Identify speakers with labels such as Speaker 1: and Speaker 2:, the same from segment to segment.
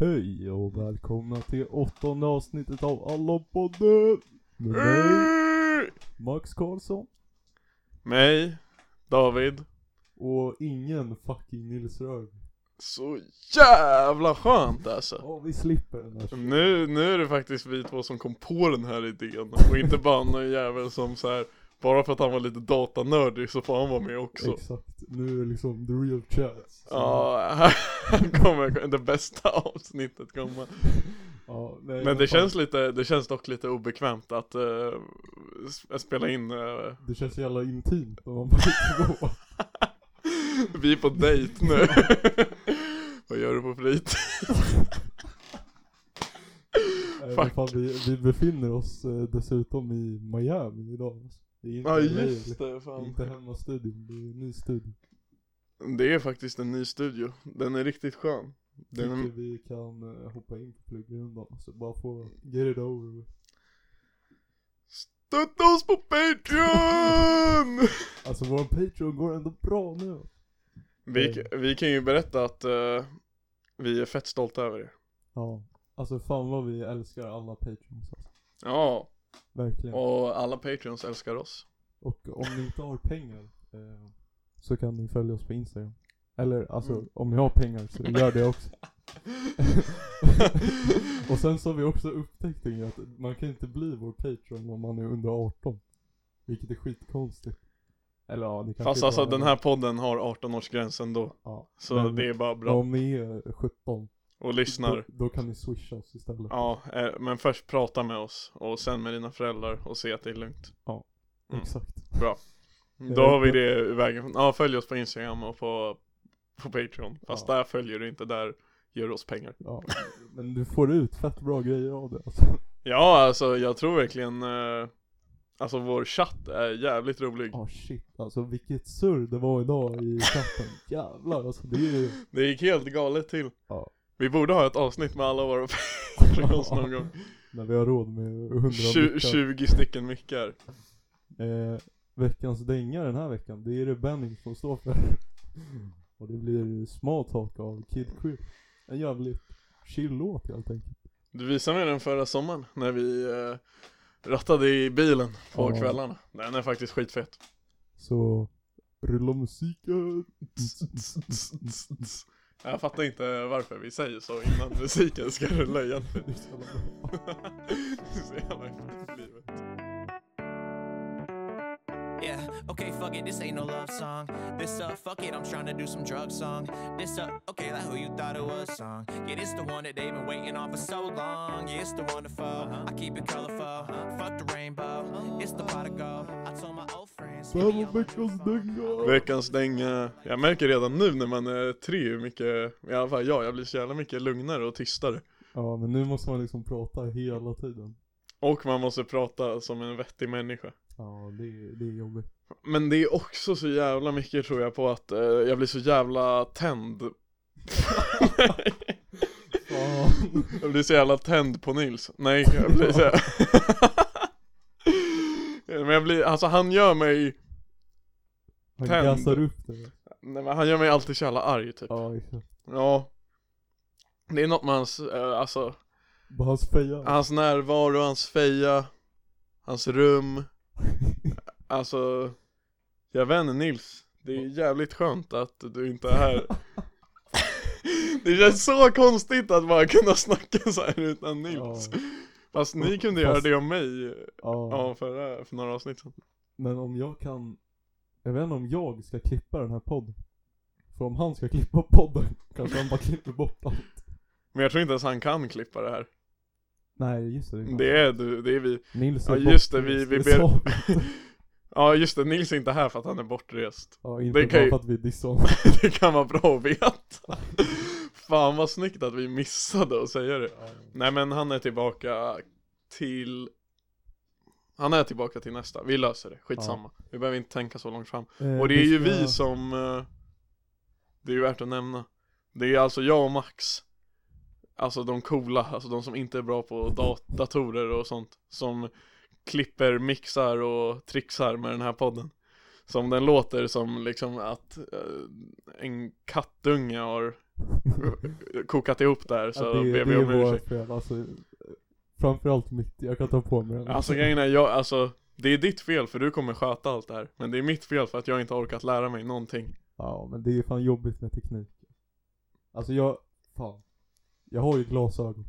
Speaker 1: Hej och välkomna till åttonde avsnittet av Allopodden! Med mig, Max Karlsson
Speaker 2: Mig, David.
Speaker 1: och ingen fucking Nils Rög.
Speaker 2: Så jävla skönt alltså.
Speaker 1: Ja, vi slipper den här
Speaker 2: Nu, nu är det faktiskt vi två som kom på den här idén och inte bara någon jävel som så här. Bara för att han var lite datanördig så får han vara med också.
Speaker 1: Exakt, nu är det liksom the real chance. Så,
Speaker 2: Ja, här kommer det bästa avsnittet komma.
Speaker 1: ja, nej,
Speaker 2: Men det
Speaker 1: fan,
Speaker 2: känns lite, det känns dock lite obekvämt att eh, s- spela in eh,
Speaker 1: Det känns så jävla intimt när man bara går.
Speaker 2: Vi är på dejt nu. Vad gör du på fritid?
Speaker 1: Nej, men
Speaker 2: Fuck.
Speaker 1: fan, vi, vi befinner oss eh, dessutom i Miami idag. Det är inte
Speaker 2: Ja
Speaker 1: LA,
Speaker 2: just det, fan.
Speaker 1: Inte hemmastudion, det är en ny studio.
Speaker 2: Det är faktiskt en ny studio. Den är riktigt skön. Den
Speaker 1: Tycker
Speaker 2: är...
Speaker 1: vi kan eh, hoppa in på pluggrundan så bara få get it over with.
Speaker 2: Stötta oss på Patreon!
Speaker 1: Alltså vår Patreon går ändå bra nu.
Speaker 2: vi, vi kan ju berätta att eh, vi är fett stolta över det.
Speaker 1: Ja. Alltså fan vad vi älskar alla Patreons alltså.
Speaker 2: Ja,
Speaker 1: Verkligen.
Speaker 2: och alla Patreons älskar oss.
Speaker 1: Och om ni inte har pengar eh, så kan ni följa oss på Instagram. Eller alltså
Speaker 2: Mm.
Speaker 1: om ni har pengar så gör det också. Och sen så har vi också upptäckt en grej att man kan inte bli vår Patreon om man är under 18. Vilket är skitkonstigt. Eller ja, ni kanske
Speaker 2: Fast
Speaker 1: inte
Speaker 2: alltså
Speaker 1: har
Speaker 2: den
Speaker 1: det. här
Speaker 2: här podden har 18-årsgräns ändå.
Speaker 1: Ja.
Speaker 2: Så
Speaker 1: Men-
Speaker 2: det är bara
Speaker 1: Men
Speaker 2: bra.
Speaker 1: om ni är 17
Speaker 2: Och lyssnar.
Speaker 1: Då, då kan ni swisha oss istället.
Speaker 2: Ja, eh, men först prata med oss. Och sen med dina föräldrar och se att det är lugnt. mm.
Speaker 1: Exakt. Mm.
Speaker 2: Då har vi det i vägen. från- Ja, följ oss på Instagram och på, på Patreon. Fast
Speaker 1: Ja.
Speaker 2: där följer du inte, där ger du oss pengar.
Speaker 1: Ja. Men du får ut fett bra grejer av det alltså.
Speaker 2: Ja, alltså jag tror verkligen, eh, alltså vår chatt är jävligt rolig.
Speaker 1: Ja shit alltså vilket surr det var idag i chatten. Jävlar alltså det är ju...
Speaker 2: Det gick helt galet till.
Speaker 1: Ja.
Speaker 2: Vi borde ha ett avsnitt med alla våra Patreons någon gång.
Speaker 1: När vi har råd med 100
Speaker 2: Tju-
Speaker 1: mickar.
Speaker 2: 20 stycken mickar.
Speaker 1: Eh, veckans dänga den här veckan, det är det Benning som står för. Och det blir Small Talk av Kid Quip. En jävligt chill låt helt enkelt.
Speaker 2: Du visade mig den förra sommaren när vi eh, rattade i bilen på
Speaker 1: Ja.
Speaker 2: kvällarna. Den är faktiskt skitfett.
Speaker 1: Så rulla musiken.
Speaker 2: Jag fattar inte varför vi säger så innan musiken ska rulla egentligen.
Speaker 1: Det är så jävla bra.
Speaker 2: Så jävla efter livet.
Speaker 3: Yeah, okay, fuck it, this ain't no love song. This up, fuck it, I'm trying to do some drug song. This up, okay, that who you thought it was song. Yeah, this the one that they've been waiting on for so long. Yeah, it's the wonderful, I keep it colorful. Fuck the rainbow, it's the pot of gold. I told my old friends, hit me
Speaker 1: Fan
Speaker 3: on
Speaker 1: vad
Speaker 3: my
Speaker 1: veckans
Speaker 3: new phone.
Speaker 1: dänga.
Speaker 2: Veckans dänga. Jag märker redan nu när man är tre hur mycket, i alla fall jag, jag blir så jävla mycket lugnare och tystare.
Speaker 1: Ja men nu måste man liksom prata hela tiden.
Speaker 2: Och man måste prata som en vettig människa.
Speaker 1: Ja det är, det är jobbigt.
Speaker 2: Men det är också så jävla mycket tror jag på att eh, jag blir så jävla tänd.
Speaker 1: Fan.
Speaker 2: jag blir så jävla tänd på Nils. Nej, jag blir så jävla... Men jag blir, alltså han gör mig,
Speaker 1: Han
Speaker 2: Tänd.
Speaker 1: gassar upp det.
Speaker 2: nej, men han gör mig alltid så jävla arg typ.
Speaker 1: Ja exakt.
Speaker 2: Ja. Det är något med hans, eh, alltså
Speaker 1: Bara hans feja.
Speaker 2: Hans närvaro, hans feja, hans rum, alltså Jag vet inte Nils, det är jävligt skönt att du inte är här Det känns så konstigt att bara kunna snacka så här utan Nils
Speaker 1: Ja,
Speaker 2: Fast ni kunde
Speaker 1: Fast-
Speaker 2: göra det om mig,
Speaker 1: ja.
Speaker 2: ja förra, för några avsnitt sedan
Speaker 1: Men om jag kan. Jag vet inte om jag ska klippa den här podden. För om han ska klippa podden kanske han bara klipper bort allt.
Speaker 2: Men jag tror inte ens han kan klippa det här
Speaker 1: Nej just det.
Speaker 2: Det är du, det är vi
Speaker 1: Nils
Speaker 2: Ja,
Speaker 1: bort-
Speaker 2: just det, vi- vi
Speaker 1: det
Speaker 2: ber-
Speaker 1: sa vi inte.
Speaker 2: Ja just det, Nils är inte här för att han är bortrest
Speaker 1: Ja inte
Speaker 2: Det kan
Speaker 1: bara
Speaker 2: ju-
Speaker 1: för att vi dissar honom.
Speaker 2: Det kan vara bra att veta. Fan vad snyggt att vi missade att säga det. Nej men han är tillbaka till... Han är tillbaka till nästa, vi löser det, skitsamma. Vi behöver inte tänka så långt fram.
Speaker 1: Eh,
Speaker 2: Och det är ju
Speaker 1: ska-
Speaker 2: vi som... eh, Det är ju värt att nämna. Det är alltså jag och Max. Alltså de coola, alltså de som inte är bra på dat- datorer och sånt. Som klipper, mixar och trixar med den här podden. Som den låter som liksom att eh, en kattunge har kokat ihop där så
Speaker 1: Ja,
Speaker 2: då
Speaker 1: det,
Speaker 2: ber
Speaker 1: det
Speaker 2: vi
Speaker 1: är
Speaker 2: om
Speaker 1: vårt
Speaker 2: ursäkt.
Speaker 1: fel. Alltså, framförallt mitt. Jag kan ta på mig den.
Speaker 2: Alltså grejen är, jag, alltså det är ditt fel för du kommer sköta allt det här. Men det är mitt fel för att jag inte har orkat lära mig någonting.
Speaker 1: Ja, men det är ju fan jobbigt med teknik. Alltså jag, fan. Jag har ju glasögon.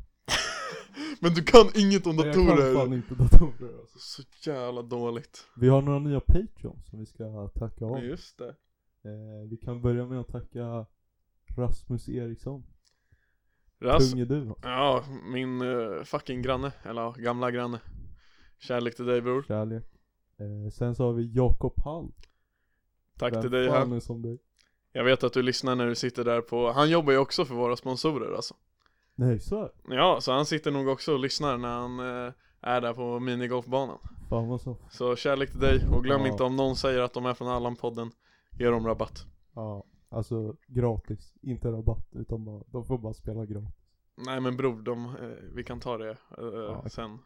Speaker 2: Men du kan inget om
Speaker 1: Men Jag kan
Speaker 2: datorer!
Speaker 1: fan inte datorer alltså.
Speaker 2: Så jävla dåligt.
Speaker 1: Vi har några nya Patreons som vi ska tacka av.
Speaker 2: Ja. Just det.
Speaker 1: Eh, vi kan börja med att tacka Rasmus Eriksson.
Speaker 2: Ras-
Speaker 1: Tunge du. alltså.
Speaker 2: ja, min eh, fucking granne, eller ja, gamla granne. Kärlek till dig bror.
Speaker 1: Kärlek. Eh, sen så har vi Jakob Hall.
Speaker 2: Tack
Speaker 1: Vem
Speaker 2: till dig
Speaker 1: fan
Speaker 2: här.
Speaker 1: är som dig?
Speaker 2: Jag vet att du lyssnar när du sitter där på, han jobbar ju också för våra sponsorer alltså.
Speaker 1: Nej, så är det.
Speaker 2: Ja, så han sitter nog också och lyssnar när han eh, är där på minigolfbanan.
Speaker 1: Fan vad så.
Speaker 2: Så kärlek till dig och glöm
Speaker 1: Ja.
Speaker 2: inte om någon säger att de är från Allan-podden, ge dem rabatt.
Speaker 1: Ja, alltså gratis. Inte rabatt, utan bara, de får bara spela gratis.
Speaker 2: Nej men bror, de, eh, vi kan ta det eh,
Speaker 1: okej.
Speaker 2: sen.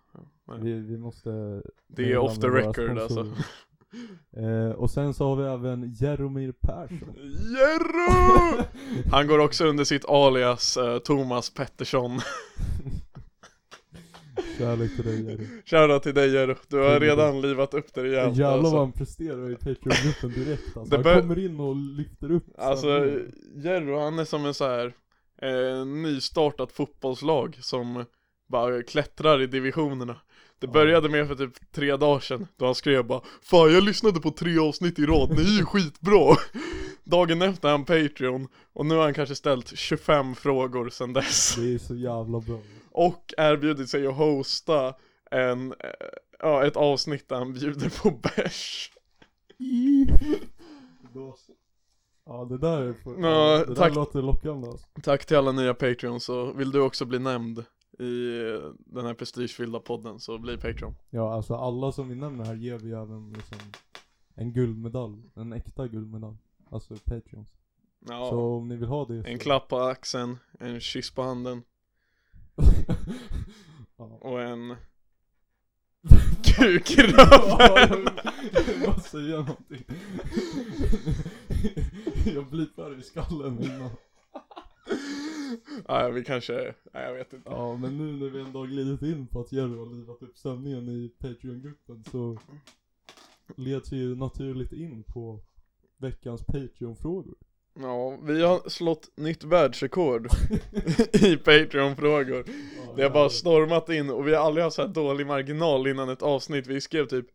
Speaker 2: Ja.
Speaker 1: Vi, vi måste
Speaker 2: Det är
Speaker 1: mejla
Speaker 2: off the
Speaker 1: med våra
Speaker 2: record alltså.
Speaker 1: sponsorer. Eh, och sen så har vi även Jaromir Persson.
Speaker 2: Jerro! Han går också under sitt alias eh, Thomas Pettersson.
Speaker 1: Kärlek till dig Jerry.
Speaker 2: Shoutout till dig Jerro, du har redan livat upp det rejält
Speaker 1: Jävlar vad
Speaker 2: alltså.
Speaker 1: han presterar i Patreon-gruppen direkt alltså.
Speaker 2: Det
Speaker 1: Han
Speaker 2: bör-
Speaker 1: kommer in och lyfter upp
Speaker 2: Alltså
Speaker 1: stämningen.
Speaker 2: Jerro han är som en så här eh, nystartat fotbollslag som bara klättrar i divisionerna. Det
Speaker 1: Ja.
Speaker 2: började med för typ tre dagar sedan då han skrev bara Fan jag lyssnade på tre avsnitt i rad, ni är ju skitbra! Dagen efter är han Patreon och nu har han kanske ställt 25 frågor sedan dess.
Speaker 1: Det är så jävla bra.
Speaker 2: Och erbjudit sig att hosta en, eh, ja, ett avsnitt där han bjuder på bärs.
Speaker 1: Ja det där, är för...
Speaker 2: Ja,
Speaker 1: det där
Speaker 2: tack.
Speaker 1: låter lockande alltså.
Speaker 2: Tack till alla nya Patreons och vill du också bli nämnd i eh, den här prestigefyllda podden så bli Patreon.
Speaker 1: Ja alltså alla som vi nämner här ger vi även liksom en guldmedalj. En äkta guldmedalj. Alltså Patreons.
Speaker 2: Ja,
Speaker 1: Så om ni vill ha det så...
Speaker 2: en klapp på axeln, en kyss på handen
Speaker 1: ja.
Speaker 2: och en kuk i röven.
Speaker 1: Vad säger någonting? Jag blipar i skallen innan.
Speaker 2: ja, vi kanske, nej jag vet inte.
Speaker 1: Ja men nu när vi ändå har glidit in på att Jerry har livat upp stämningen i Patreon-gruppen så leds vi ju naturligt in på veckans Patreon-frågor.
Speaker 2: Ja, vi har slått nytt världsrekord i Patreon-frågor. Det har bara stormat in och vi har aldrig haft så här dålig marginal innan ett avsnitt. Vi skrev typ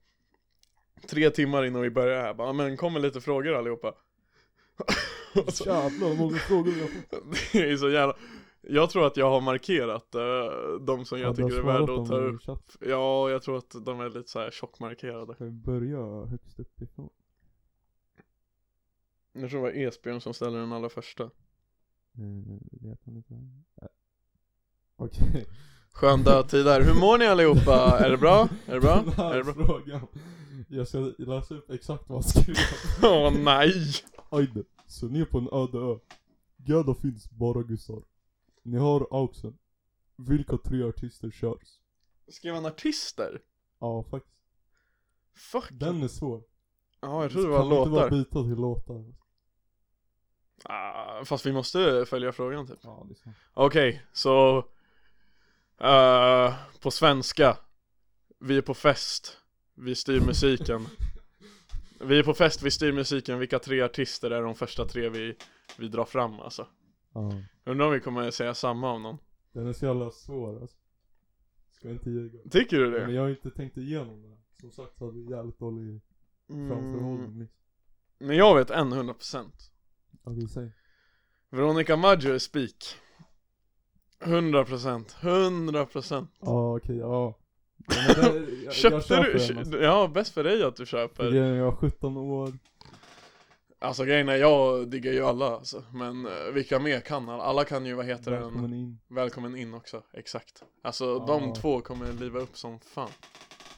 Speaker 2: tre timmar innan vi började här, bara, "Ja, men kommer lite frågor allihopa. Och så-
Speaker 1: Jävlar vad många frågor vi har fått.
Speaker 2: det är så jävla... Jag tror att jag har markerat eh, de som jag
Speaker 1: Ja, du har
Speaker 2: tycker är
Speaker 1: svarat
Speaker 2: värda
Speaker 1: dem
Speaker 2: att ta
Speaker 1: i
Speaker 2: upp.
Speaker 1: chatten.
Speaker 2: Ja, jag tror att de är lite så här tjockmarkerade.
Speaker 1: Kan vi börja högst uppifrån?
Speaker 2: Jag tror det var Esbjörn som ställde den allra första.
Speaker 1: Mm, vet han inte. Äh. Okej.
Speaker 2: Skön dödtid där. Hur mår ni allihopa? Är det bra? Är det bra?
Speaker 1: Den här
Speaker 2: Är det bra?
Speaker 1: frågan. Jag ska läsa upp exakt vad han skrev.
Speaker 2: Åh nej!
Speaker 1: Ajde, så ni är på en öde ö. Gädda finns bara gussar. Ni har Auxen. Vilka tre artister körs?
Speaker 2: Skrev han artister?
Speaker 1: Ja, faktiskt.
Speaker 2: Fuck.
Speaker 1: Den är svår.
Speaker 2: Ja, jag tror det var
Speaker 1: Kan vi inte bara
Speaker 2: låtar.
Speaker 1: byta till låtar?
Speaker 2: Ah, fast vi måste följa frågan typ.
Speaker 1: Ja, det är sant.
Speaker 2: Okej, så... eh, på svenska. Vi är på fest. Vi styr musiken. vi är på fest, vi styr musiken. Vilka tre artister är de första tre vi, vi drar fram alltså?
Speaker 1: Ja.
Speaker 2: Undrar om vi kommer säga samma om någon.
Speaker 1: Den är så jävla svår alltså. Ska inte ljuga.
Speaker 2: Tycker du
Speaker 1: Men
Speaker 2: det?
Speaker 1: jag har inte tänkt igenom det. Som sagt så hade jag jävligt dålig
Speaker 2: Mm,
Speaker 1: framförhållning liksom. nyss.
Speaker 2: men jag vet en 100%.
Speaker 1: Okej, säg.
Speaker 2: Veronica Maggio är spik. 100%, 100%.
Speaker 1: Ja, okej, ja. Ja, men det- jag- jag
Speaker 2: Köpte
Speaker 1: köper
Speaker 2: du?
Speaker 1: den, alltså.
Speaker 2: Ja, bäst för dig att du köper.
Speaker 1: Jag var 17 år.
Speaker 2: Alltså grejen är, jag diggar ju alla alltså. Men eh, vilka mer kan alla? Alla kan ju, vad heter den?
Speaker 1: Välkommen in.
Speaker 2: Välkommen in också, exakt. Alltså
Speaker 1: Ja.
Speaker 2: de två kommer liva upp som fan.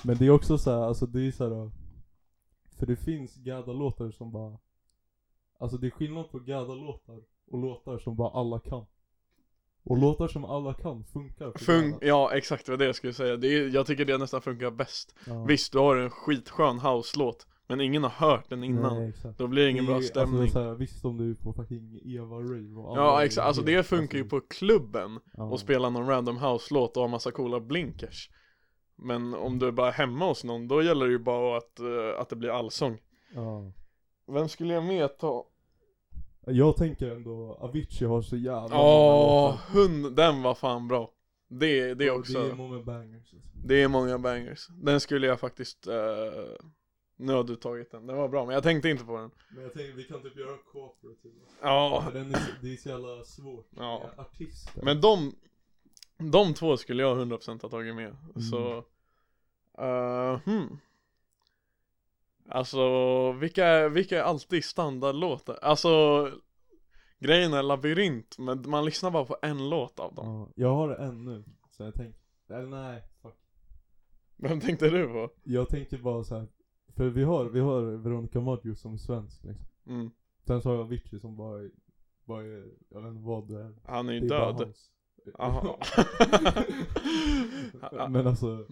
Speaker 1: Men det är också så här, alltså det är så här. För det finns gadda-låtar som bara Alltså det är skillnad på gadda-låtar och låtar som bara alla kan Och låtar som alla kan funkar för
Speaker 2: Fun-
Speaker 1: gadda.
Speaker 2: ja, exakt vad det jag skulle säga. Det är, jag tycker det nästan funkar bäst.
Speaker 1: ja.
Speaker 2: Visst, du har en skitskön house-låt. Men ingen har hört den innan.
Speaker 1: Nej, exakt.
Speaker 2: Då blir det ingen bra
Speaker 1: ju-
Speaker 2: stämning.
Speaker 1: Alltså, såhär, visst om du är på fucking Eva-rave och alla
Speaker 2: ja
Speaker 1: är
Speaker 2: exakt, alltså
Speaker 1: helt-
Speaker 2: det funkar ju
Speaker 1: alltså,
Speaker 2: på klubben
Speaker 1: ja.
Speaker 2: och spela någon random house-låt och ha massa coola blinkers. Men om du är bara hemma hos någon, då gäller det ju bara att, eh, att det blir allsång.
Speaker 1: Ja.
Speaker 2: Vem skulle jag med ta?
Speaker 1: Jag tänker ändå, Avicii har så jävla
Speaker 2: Ja, hund, den var fan bra. Det, det
Speaker 1: Det är
Speaker 2: också,
Speaker 1: många bangers. alltså.
Speaker 2: det är många bangers. Den skulle jag faktiskt, eh, nu har du tagit den, den var bra men jag tänkte inte på den.
Speaker 1: Men jag tänker vi kan typ göra cooperative.
Speaker 2: Ja,
Speaker 1: För den är, så- det är så jävla svårt.
Speaker 2: Ja.
Speaker 1: Det är Artister.
Speaker 2: men de, de två skulle jag 100% ha tagit med.
Speaker 1: Mm.
Speaker 2: Så, eh, hmm. Alltså, vilka, vilka är alltid standardlåtar? Alltså, grejen är labyrint, men man lyssnar bara på en låt av dem.
Speaker 1: Ja, jag har det ännu. Så jag tänker, eller nej, fuck.
Speaker 2: Vem tänkte du på?
Speaker 1: Jag tänker bara så här. för vi har, vi har Veronica Maggio som svensk liksom.
Speaker 2: Mm.
Speaker 1: Sen så har jag Avicii som bara, är- bara är, jag vet inte vad det är.
Speaker 2: Han är ju
Speaker 1: Det är bara
Speaker 2: död.
Speaker 1: hans.
Speaker 2: Jaha.
Speaker 1: Men alltså,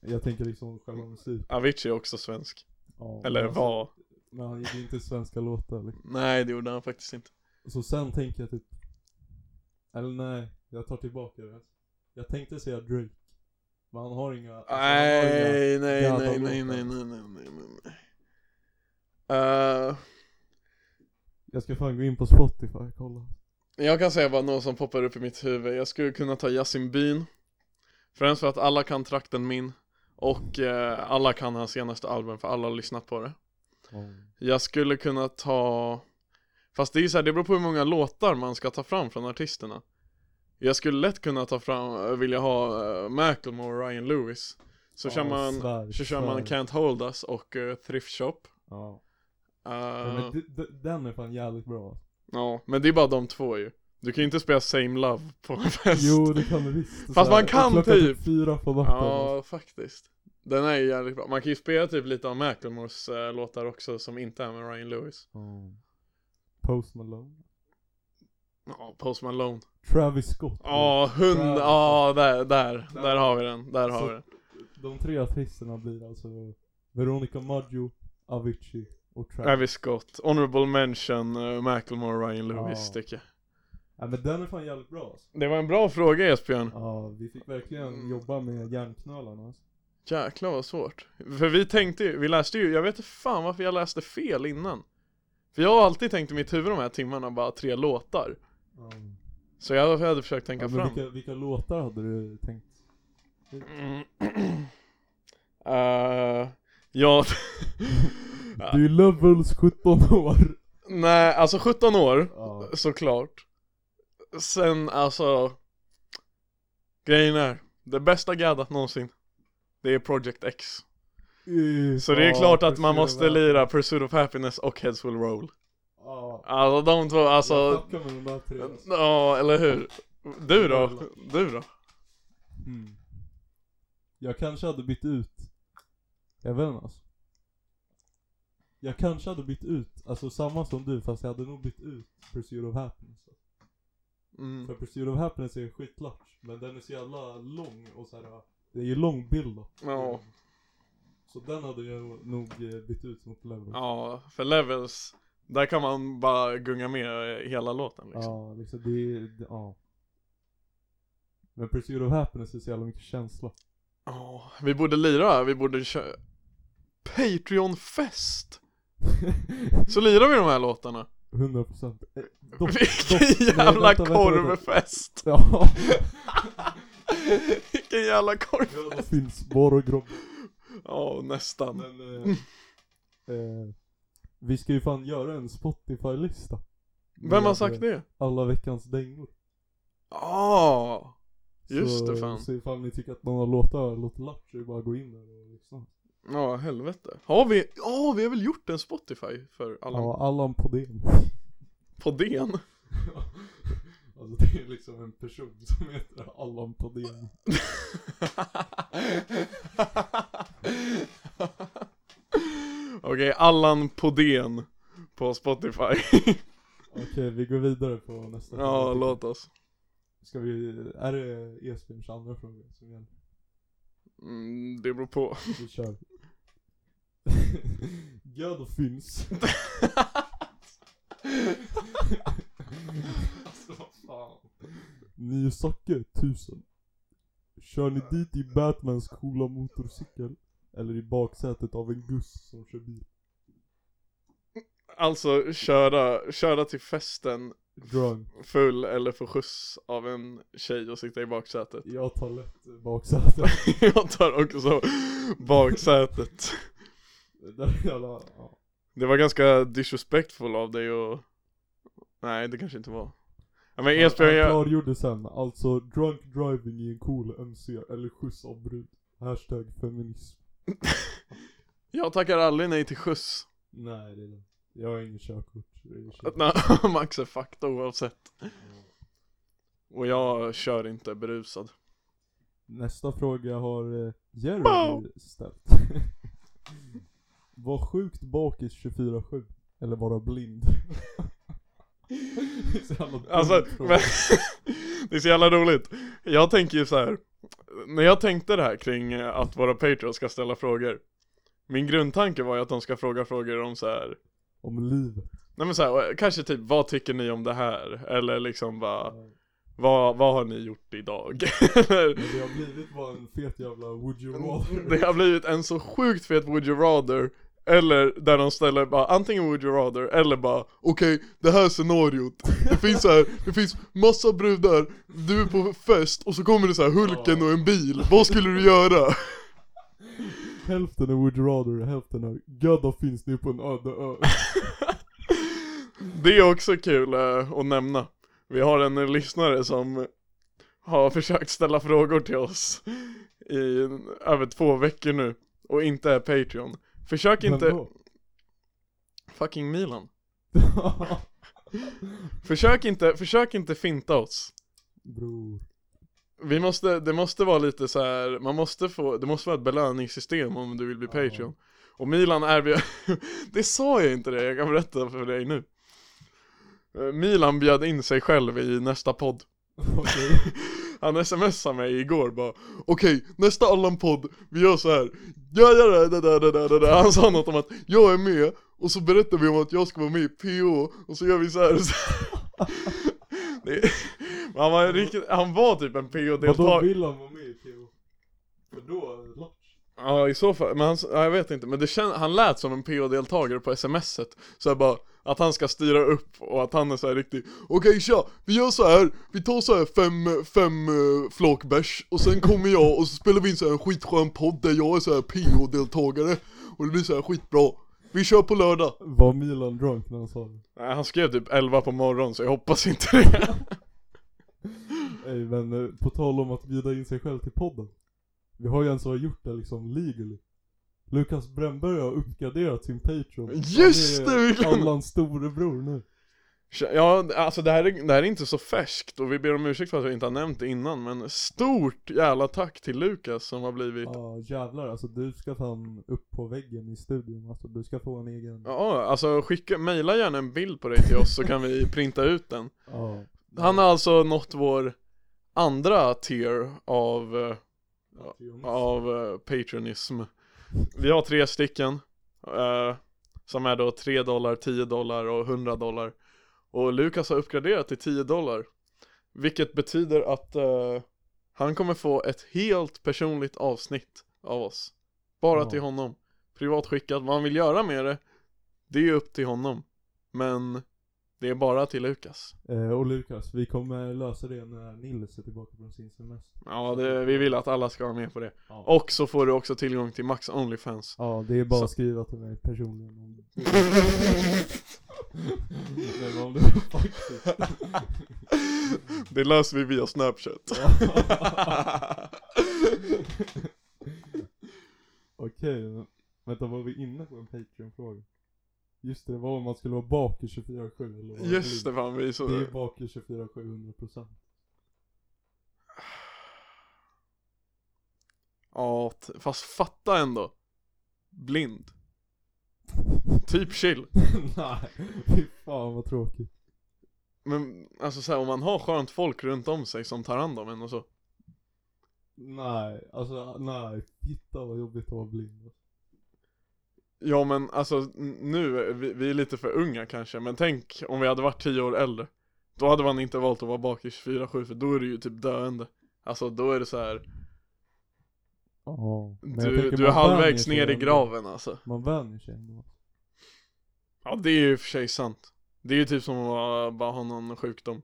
Speaker 1: jag tänker liksom själva musik.
Speaker 2: Avicii är också svensk.
Speaker 1: Ja,
Speaker 2: Eller
Speaker 1: men alltså,
Speaker 2: var.
Speaker 1: Men han gjorde inte svenska låtar liksom.
Speaker 2: Nej, det gjorde han faktiskt inte.
Speaker 1: Så sen tänker jag typ, eller nej, jag tar tillbaka det. Jag tänkte säga Drake. Men han har inga, alltså, han har inga-
Speaker 2: Nej, nej,
Speaker 1: jävla
Speaker 2: nej, nej, nej, nej,
Speaker 1: låtar.
Speaker 2: nej, nej, nej, nej. Eh,
Speaker 1: Jag ska fan gå in på Spotify och kolla.
Speaker 2: jag kan säga bara något som poppar upp i mitt huvud. Jag skulle kunna ta Yasin Bin. Främst för att alla kan trakten min. Och eh, alla kan hans senaste album för alla har lyssnat på det. Jag skulle kunna ta Fast det är ju så här, det beror på hur många låtar man ska ta fram från artisterna Jag skulle lätt kunna ta fram, vilja ha uh, Macklemore och Ryan Lewis Så
Speaker 1: Ja,
Speaker 2: kör man,
Speaker 1: svär,
Speaker 2: så kör man
Speaker 1: svär.
Speaker 2: Can't Hold Us och eh, Thrift Shop
Speaker 1: Ja.
Speaker 2: Eh,
Speaker 1: Ja, men d- d- den är fan jävligt bra.
Speaker 2: Ja, men det är bara de två ju Du kan ju inte spela Same Love på en fest
Speaker 1: Jo det kan du visst.
Speaker 2: Fast man kan
Speaker 1: klockan
Speaker 2: typ.
Speaker 1: fyra på natten. alltså.
Speaker 2: Ja, faktiskt Den är ju jävligt bra, man kan ju spela typ lite av Macklemores eh, låtar också som inte är med Ryan Lewis
Speaker 1: Ja. alltså. Post Malone.
Speaker 2: Ja, Post Malone
Speaker 1: Travis Scott.
Speaker 2: Ja, hund,
Speaker 1: Där.
Speaker 2: ja där, där, där har vi den, där har
Speaker 1: Så-
Speaker 2: vi den
Speaker 1: De tre artisterna blir alltså Veronica Maggio, Avicii och Travis.
Speaker 2: Travis Scott, Honorable Mention, uh, Macklemore, Ryan Lewis
Speaker 1: Ja.
Speaker 2: tycker jag
Speaker 1: Ja men den är fan jävligt bra alltså.
Speaker 2: Det var en bra fråga Esbjörn
Speaker 1: Ja vi fick verkligen
Speaker 2: Mm.
Speaker 1: jobba med hjärnknölarna alltså.
Speaker 2: Jäklar vad svårt För vi tänkte ju, vi läste ju, jag vet inte fan varför jag läste fel innan För jag har alltid tänkt i mitt huvud de här timmarna bara tre låtar
Speaker 1: Ja.
Speaker 2: Så jag hade försökt tänka
Speaker 1: Ja, men
Speaker 2: fram
Speaker 1: vilka, vilka låtar hade du tänkt?
Speaker 2: Mm. Eh, Ja, Ja.
Speaker 1: Du är levels 17 år.
Speaker 2: nej alltså 17 år
Speaker 1: Ja.
Speaker 2: Såklart Sen alltså Grejen är, det bästa gaddat någonsin Det är Project X Så det är
Speaker 1: Ja,
Speaker 2: klart att man
Speaker 1: precis,
Speaker 2: måste
Speaker 1: verkligen.
Speaker 2: lira Pursuit of Happiness och Heads Will Roll
Speaker 1: Ja.
Speaker 2: Alltså de två,
Speaker 1: Jag
Speaker 2: alltså
Speaker 1: fuckar med de där tre. alltså.
Speaker 2: Ja, eller hur? Du då? Du då?
Speaker 1: Mm. Jag kanske hade bytt ut, jag vet inte alltså. Jag kanske hade bytt ut, alltså samma som du fast jag hade nog bytt ut Pursuit of Happiness.
Speaker 2: Mm.
Speaker 1: För Pursuit of Happiness är skitlatch, men den är så jävla lång och så här. det är ju lång bild då.
Speaker 2: Ja,
Speaker 1: Så den hade jag nog eh, bytt ut mot Level.
Speaker 2: ja, för Levels Där kan man bara gunga med hela låten liksom
Speaker 1: Ja, liksom det är, det- ja. Men Pursuit of Happiness är så jävla mycket känsla.
Speaker 2: Ja, vi borde lira, vi borde köra Patreon-fest! Så lirar vi de här låtarna
Speaker 1: 100% Eh, dock- dock-
Speaker 2: Vilken
Speaker 1: nej,
Speaker 2: jävla
Speaker 1: vänta, vänta, vänta.
Speaker 2: korvfest!
Speaker 1: Ja,
Speaker 2: Vilken jävla
Speaker 1: det
Speaker 2: korvfest!
Speaker 1: finns bara och grobb.
Speaker 2: Ja, nästan
Speaker 1: Men eh, eh, vi ska ju fan göra en Spotify-lista.
Speaker 2: Vem har
Speaker 1: Med
Speaker 2: sagt det?
Speaker 1: Alla veckans dängor.
Speaker 2: Ja, just
Speaker 1: så,
Speaker 2: det fan
Speaker 1: Så ifall ni tycker att någon har låtar låter lapp så är det bara att gå in där och lyssna.
Speaker 2: Ja, helvete Har vi, ja vi har väl gjort en Spotify för alla
Speaker 1: Ja, Allan på det.
Speaker 2: på den?
Speaker 1: alltså det är liksom en person som heter Allan på det.
Speaker 2: Okej, Allan Podén på Spotify
Speaker 1: Okej, vi går vidare på nästa
Speaker 2: Ja,
Speaker 1: fråga.
Speaker 2: låt oss
Speaker 1: Ska vi, är det Esbjörns andra fråga som gäller?
Speaker 2: mm, Det beror på
Speaker 1: Vi kör. Gado finns. alltså vad fan. Nio socker, tusen. Kör ni dit i Batmans coola motorcykel? Eller i baksätet av en guss som kör bil?
Speaker 2: Alltså köra, köra till festen
Speaker 1: Drunk.
Speaker 2: full eller få skjuts av en tjej och sitta i baksätet.
Speaker 1: Jag tar lätt baksätet.
Speaker 2: Jag tar också baksätet.
Speaker 1: Där jävla, ja.
Speaker 2: Det var ganska disrespectful av dig och... Nej, det kanske inte var. Ja, men Esbjörn,
Speaker 1: Han
Speaker 2: jag...
Speaker 1: klargjorde sen, alltså drunk driving i en cool MC eller skjuts av brud. Hashtag feminism.
Speaker 2: jag tackar aldrig nej till skjuts.
Speaker 1: Nej det är det. Jag har ingen körkort. Det är ingen
Speaker 2: Att
Speaker 1: körkort.
Speaker 2: när Max är fakta oavsett. Och jag kör inte berusad.
Speaker 1: Nästa fråga har eh, Jeremy
Speaker 2: Bow!
Speaker 1: ställt. Var sjukt bakis 24-7. Eller vara blind. Det är så jävla dumt
Speaker 2: Alltså,
Speaker 1: fråga.
Speaker 2: men, det är så jävla roligt. Jag tänker ju så här. när jag tänkte det här kring eh, att våra patrons ska ställa frågor. Min grundtanke var ju att de ska fråga frågor om så här.
Speaker 1: Om livet.
Speaker 2: nej men så här, eh, kanske typ vad tycker ni om det här? Eller liksom bara,
Speaker 1: Men
Speaker 2: vad, vad har ni gjort idag? Eller,
Speaker 1: Det har blivit bara en fet jävla would you rather.
Speaker 2: det har blivit en så sjukt fet would you rather eller där de ställer bara antingen would you rather eller bara okej det här scenariot Det finns så här, det finns massa brudar Du är på fest och så kommer det så här Hulken och en bil Vad skulle du göra?
Speaker 1: Hälften är would you rather, hälften är Gadda finns nu på en öde ö.
Speaker 2: Det är också kul eh, att nämna Vi har en eh, lyssnare som har försökt ställa frågor till oss i över två veckor nu och inte är Patreon Försök
Speaker 1: Vem
Speaker 2: inte,
Speaker 1: då?
Speaker 2: fucking Milan Försök inte, försök inte finta oss.
Speaker 1: Bror.
Speaker 2: Vi måste, det måste vara lite så här, man måste få, det måste vara ett belöningssystem om du vill bli
Speaker 1: Ja.
Speaker 2: Patreon. Och Milan erbjöd, det sa jag inte det, jag kan berätta för dig nu. Eh, Milan bjöd in sig själv i nästa podd.
Speaker 1: Okej.
Speaker 2: Han smsade mig igår bara Okej, nästa Allan-podd, vi gör så här. Ja, ja, ja, ja, ja, ja, ja, ja. Han sa något om att jag är med och så berättar vi om att jag ska vara med i PO och så gör vi så här. Så här. Det, men han, var en riktigt, han var typ en
Speaker 1: Vadå
Speaker 2: PO-deltagare.
Speaker 1: vill han vara med i PO? För då är det latch.
Speaker 2: Ja, i så fall. Men han, ja, jag vet inte. Men det kän, han lät som en PO-deltagare på smset. Så jag bara att han ska styra upp och att han är så här riktigt Okej tja, vi gör så här. vi tar så här fem, fem uh, flakbärs och sen kommer jag och så spelar vi in så här en skitskön podd där jag är så här PO-deltagare och det blir så här skitbra. Vi kör på lördag.
Speaker 1: Var Milan drunk när han sa det?
Speaker 2: Nej han skrev typ 11 på morgonen så jag hoppas inte det.
Speaker 1: Ey men eh, på tal om att bjuda in sig själv till podden. Vi har ju en som har gjort det liksom legally. Lukas Brännberg har uppgraderat sin Patreon.
Speaker 2: Just
Speaker 1: Han
Speaker 2: det,
Speaker 1: är
Speaker 2: vi glömde.
Speaker 1: Allans storebror nu.
Speaker 2: Ja, alltså det här, är, det här är inte så färskt och vi ber om ursäkt för att vi inte har nämnt det innan men stort jävla tack till Lukas som har blivit
Speaker 1: Ja jävlar alltså du ska fan upp på väggen i studion alltså. Du ska få en egen.
Speaker 2: Ja, alltså skicka, mejla gärna en bild på dig till oss så kan vi printa ut den
Speaker 1: Ja.
Speaker 2: Han har alltså nått vår andra tier av, eh,
Speaker 1: Patreon.
Speaker 2: av eh, patronism Vi har tre stycken eh, Som är då 3 dollar, 10 dollar och 100 dollar Och Lukas har uppgraderat till 10 dollar Vilket betyder att eh, han kommer få ett helt personligt avsnitt av oss Bara
Speaker 1: Ja.
Speaker 2: till honom Privat skickat, vad han vill göra med det Det är upp till honom Men det är bara till Lukas
Speaker 1: Eh, och Lukas, vi kommer lösa det när Nils är tillbaka från sin semester.
Speaker 2: Ja, det, vi vill att alla ska vara med på det
Speaker 1: Ja.
Speaker 2: Och så får du också tillgång till Max Onlyfans
Speaker 1: Ja, det är bara
Speaker 2: Så-
Speaker 1: att skriva till mig personligen om... Nej, men om du faktiskt...
Speaker 2: Det löser vi via Snapchat
Speaker 1: Okej, men- vänta var vi inne på en Patreon-fråga? Just det, det var om man skulle vara bak i 24-7 eller vad
Speaker 2: Just det fan, vi är så
Speaker 1: Det är bak i 24-7 100%.
Speaker 2: Ja, t- fast fatta ändå Blind Typ chill
Speaker 1: Nej, fy fan vad tråkigt.
Speaker 2: Men alltså så här, om man har skönt folk runt om sig som tar hand om en och så
Speaker 1: Nej, alltså nej. Hitta vad jobbigt att vara blind.
Speaker 2: Ja men alltså n- nu, är vi, vi är lite för unga kanske, men tänk om vi hade varit 10 år äldre Då hade man inte valt att vara bakis 24-7 för då är det ju typ döende Alltså då är det så här
Speaker 1: Ja. men jag
Speaker 2: du,
Speaker 1: tänker
Speaker 2: du är
Speaker 1: man vänjer
Speaker 2: halvvägs
Speaker 1: sig
Speaker 2: ner i
Speaker 1: ändå.
Speaker 2: graven alltså
Speaker 1: Man vänjer sig ändå.
Speaker 2: Ja det är ju i och för sig sant Det är ju typ som att bara- bara ha någon sjukdom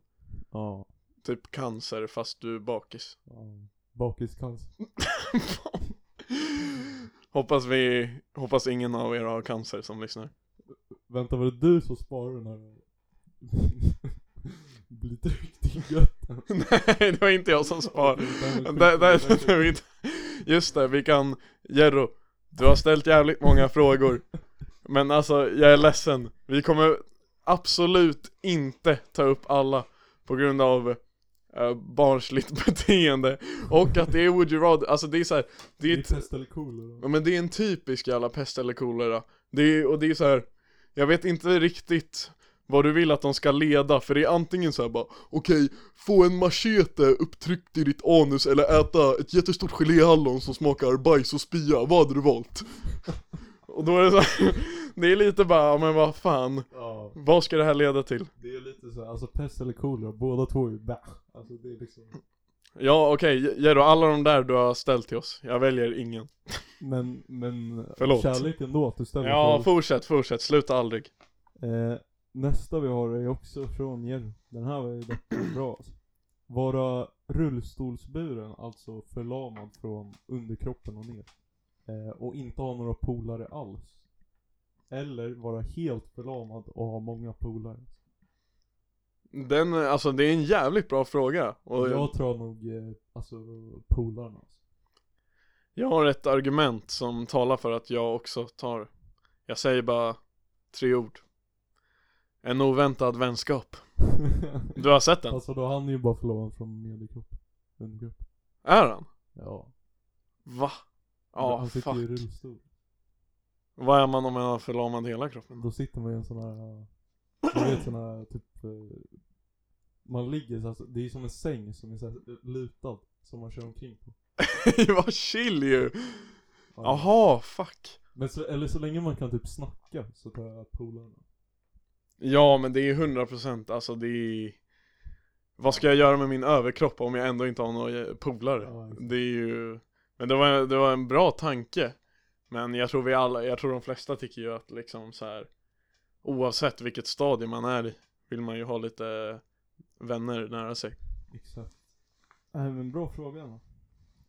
Speaker 1: Ja.
Speaker 2: Typ cancer fast du är bakis
Speaker 1: ja. Bakiscancer.
Speaker 2: Hoppas vi, hoppas ingen av er har cancer som lyssnar
Speaker 1: Vänta var det du som sparade den här? Blir tryckt i götten.
Speaker 2: Nej det var inte jag som spar
Speaker 1: Den är
Speaker 2: där, där,
Speaker 1: sjuk.
Speaker 2: där vi, just det, vi kan, Jerro, du har ställt jävligt många frågor Men alltså, jag är ledsen, vi kommer absolut inte ta upp alla på grund av eh, barnsligt beteende Och att det är would you rather, alltså det är så här, det
Speaker 1: Det
Speaker 2: är
Speaker 1: är
Speaker 2: ett
Speaker 1: pest eller kolera.
Speaker 2: Ja men det är en typisk jävla pest eller kolera Det är, och det är så här. Jag vet inte riktigt vad du vill att de ska leda För det är antingen så här bara Okej, få en machete upptryckt i ditt anus Eller äta ett jättestort geléhallon som smakar bajs och spya Vad hade du valt? och då är det så här, Det är lite bara, ja, men vad fan
Speaker 1: Ja.
Speaker 2: Vad ska det här leda till?
Speaker 1: Det är lite så här, alltså pest eller kolera, båda två är ju bä. Alltså det är liksom.
Speaker 2: Ja okej, okay, Jerro, alla de där du har ställt till oss Jag väljer ingen
Speaker 1: Men, men
Speaker 2: Förlåt.
Speaker 1: kärlek ändå att du ställer
Speaker 2: Ja,
Speaker 1: frågor.
Speaker 2: fortsätt, fortsätt, sluta aldrig
Speaker 1: Eh, nästa vi har är också från Jerry. Den här var ju rätt bra alltså. Vara rullstolsburen, alltså förlamad från underkroppen och ner. Eh, och inte ha några polare alls. Eller vara helt förlamad och ha många polare.
Speaker 2: Den, alltså det är en jävligt bra fråga och
Speaker 1: Jag tror nog, eh, alltså polarna alltså.
Speaker 2: Jag har ett argument som talar för att jag också tar Jag säger bara tre ord En oväntad vänskap Du har sett den?
Speaker 1: alltså då han är ju bara förlamad från nederkroppen. Underkroppen.
Speaker 2: Är han?
Speaker 1: Ja.
Speaker 2: Va?
Speaker 1: han
Speaker 2: Ja,
Speaker 1: sitter ju i
Speaker 2: fuck
Speaker 1: rullstol.
Speaker 2: Vad är man om man har förlamad hela kroppen?
Speaker 1: Då sitter man i en sån här, du vet sån här typ, eh, man ligger så här, det är som en säng som är så här lutad, som man kör omkring på.
Speaker 2: Vad chill ju!
Speaker 1: Ja.
Speaker 2: Jaha, fuck
Speaker 1: Men så, eller så länge man kan typ snacka så tar jag polarna.
Speaker 2: Ja men det är 100% alltså det är Vad ska jag göra med min överkropp om jag ändå inte har några
Speaker 1: Ja,
Speaker 2: polare?
Speaker 1: exakt.
Speaker 2: Det är ju Men det var, det var en bra tanke Men jag tror vi alla, jag tror de flesta tycker ju att liksom så här Oavsett vilket stadie man är i Vill man ju ha lite vänner nära sig
Speaker 1: Exakt. Nej Äh, men bra fråga Anna.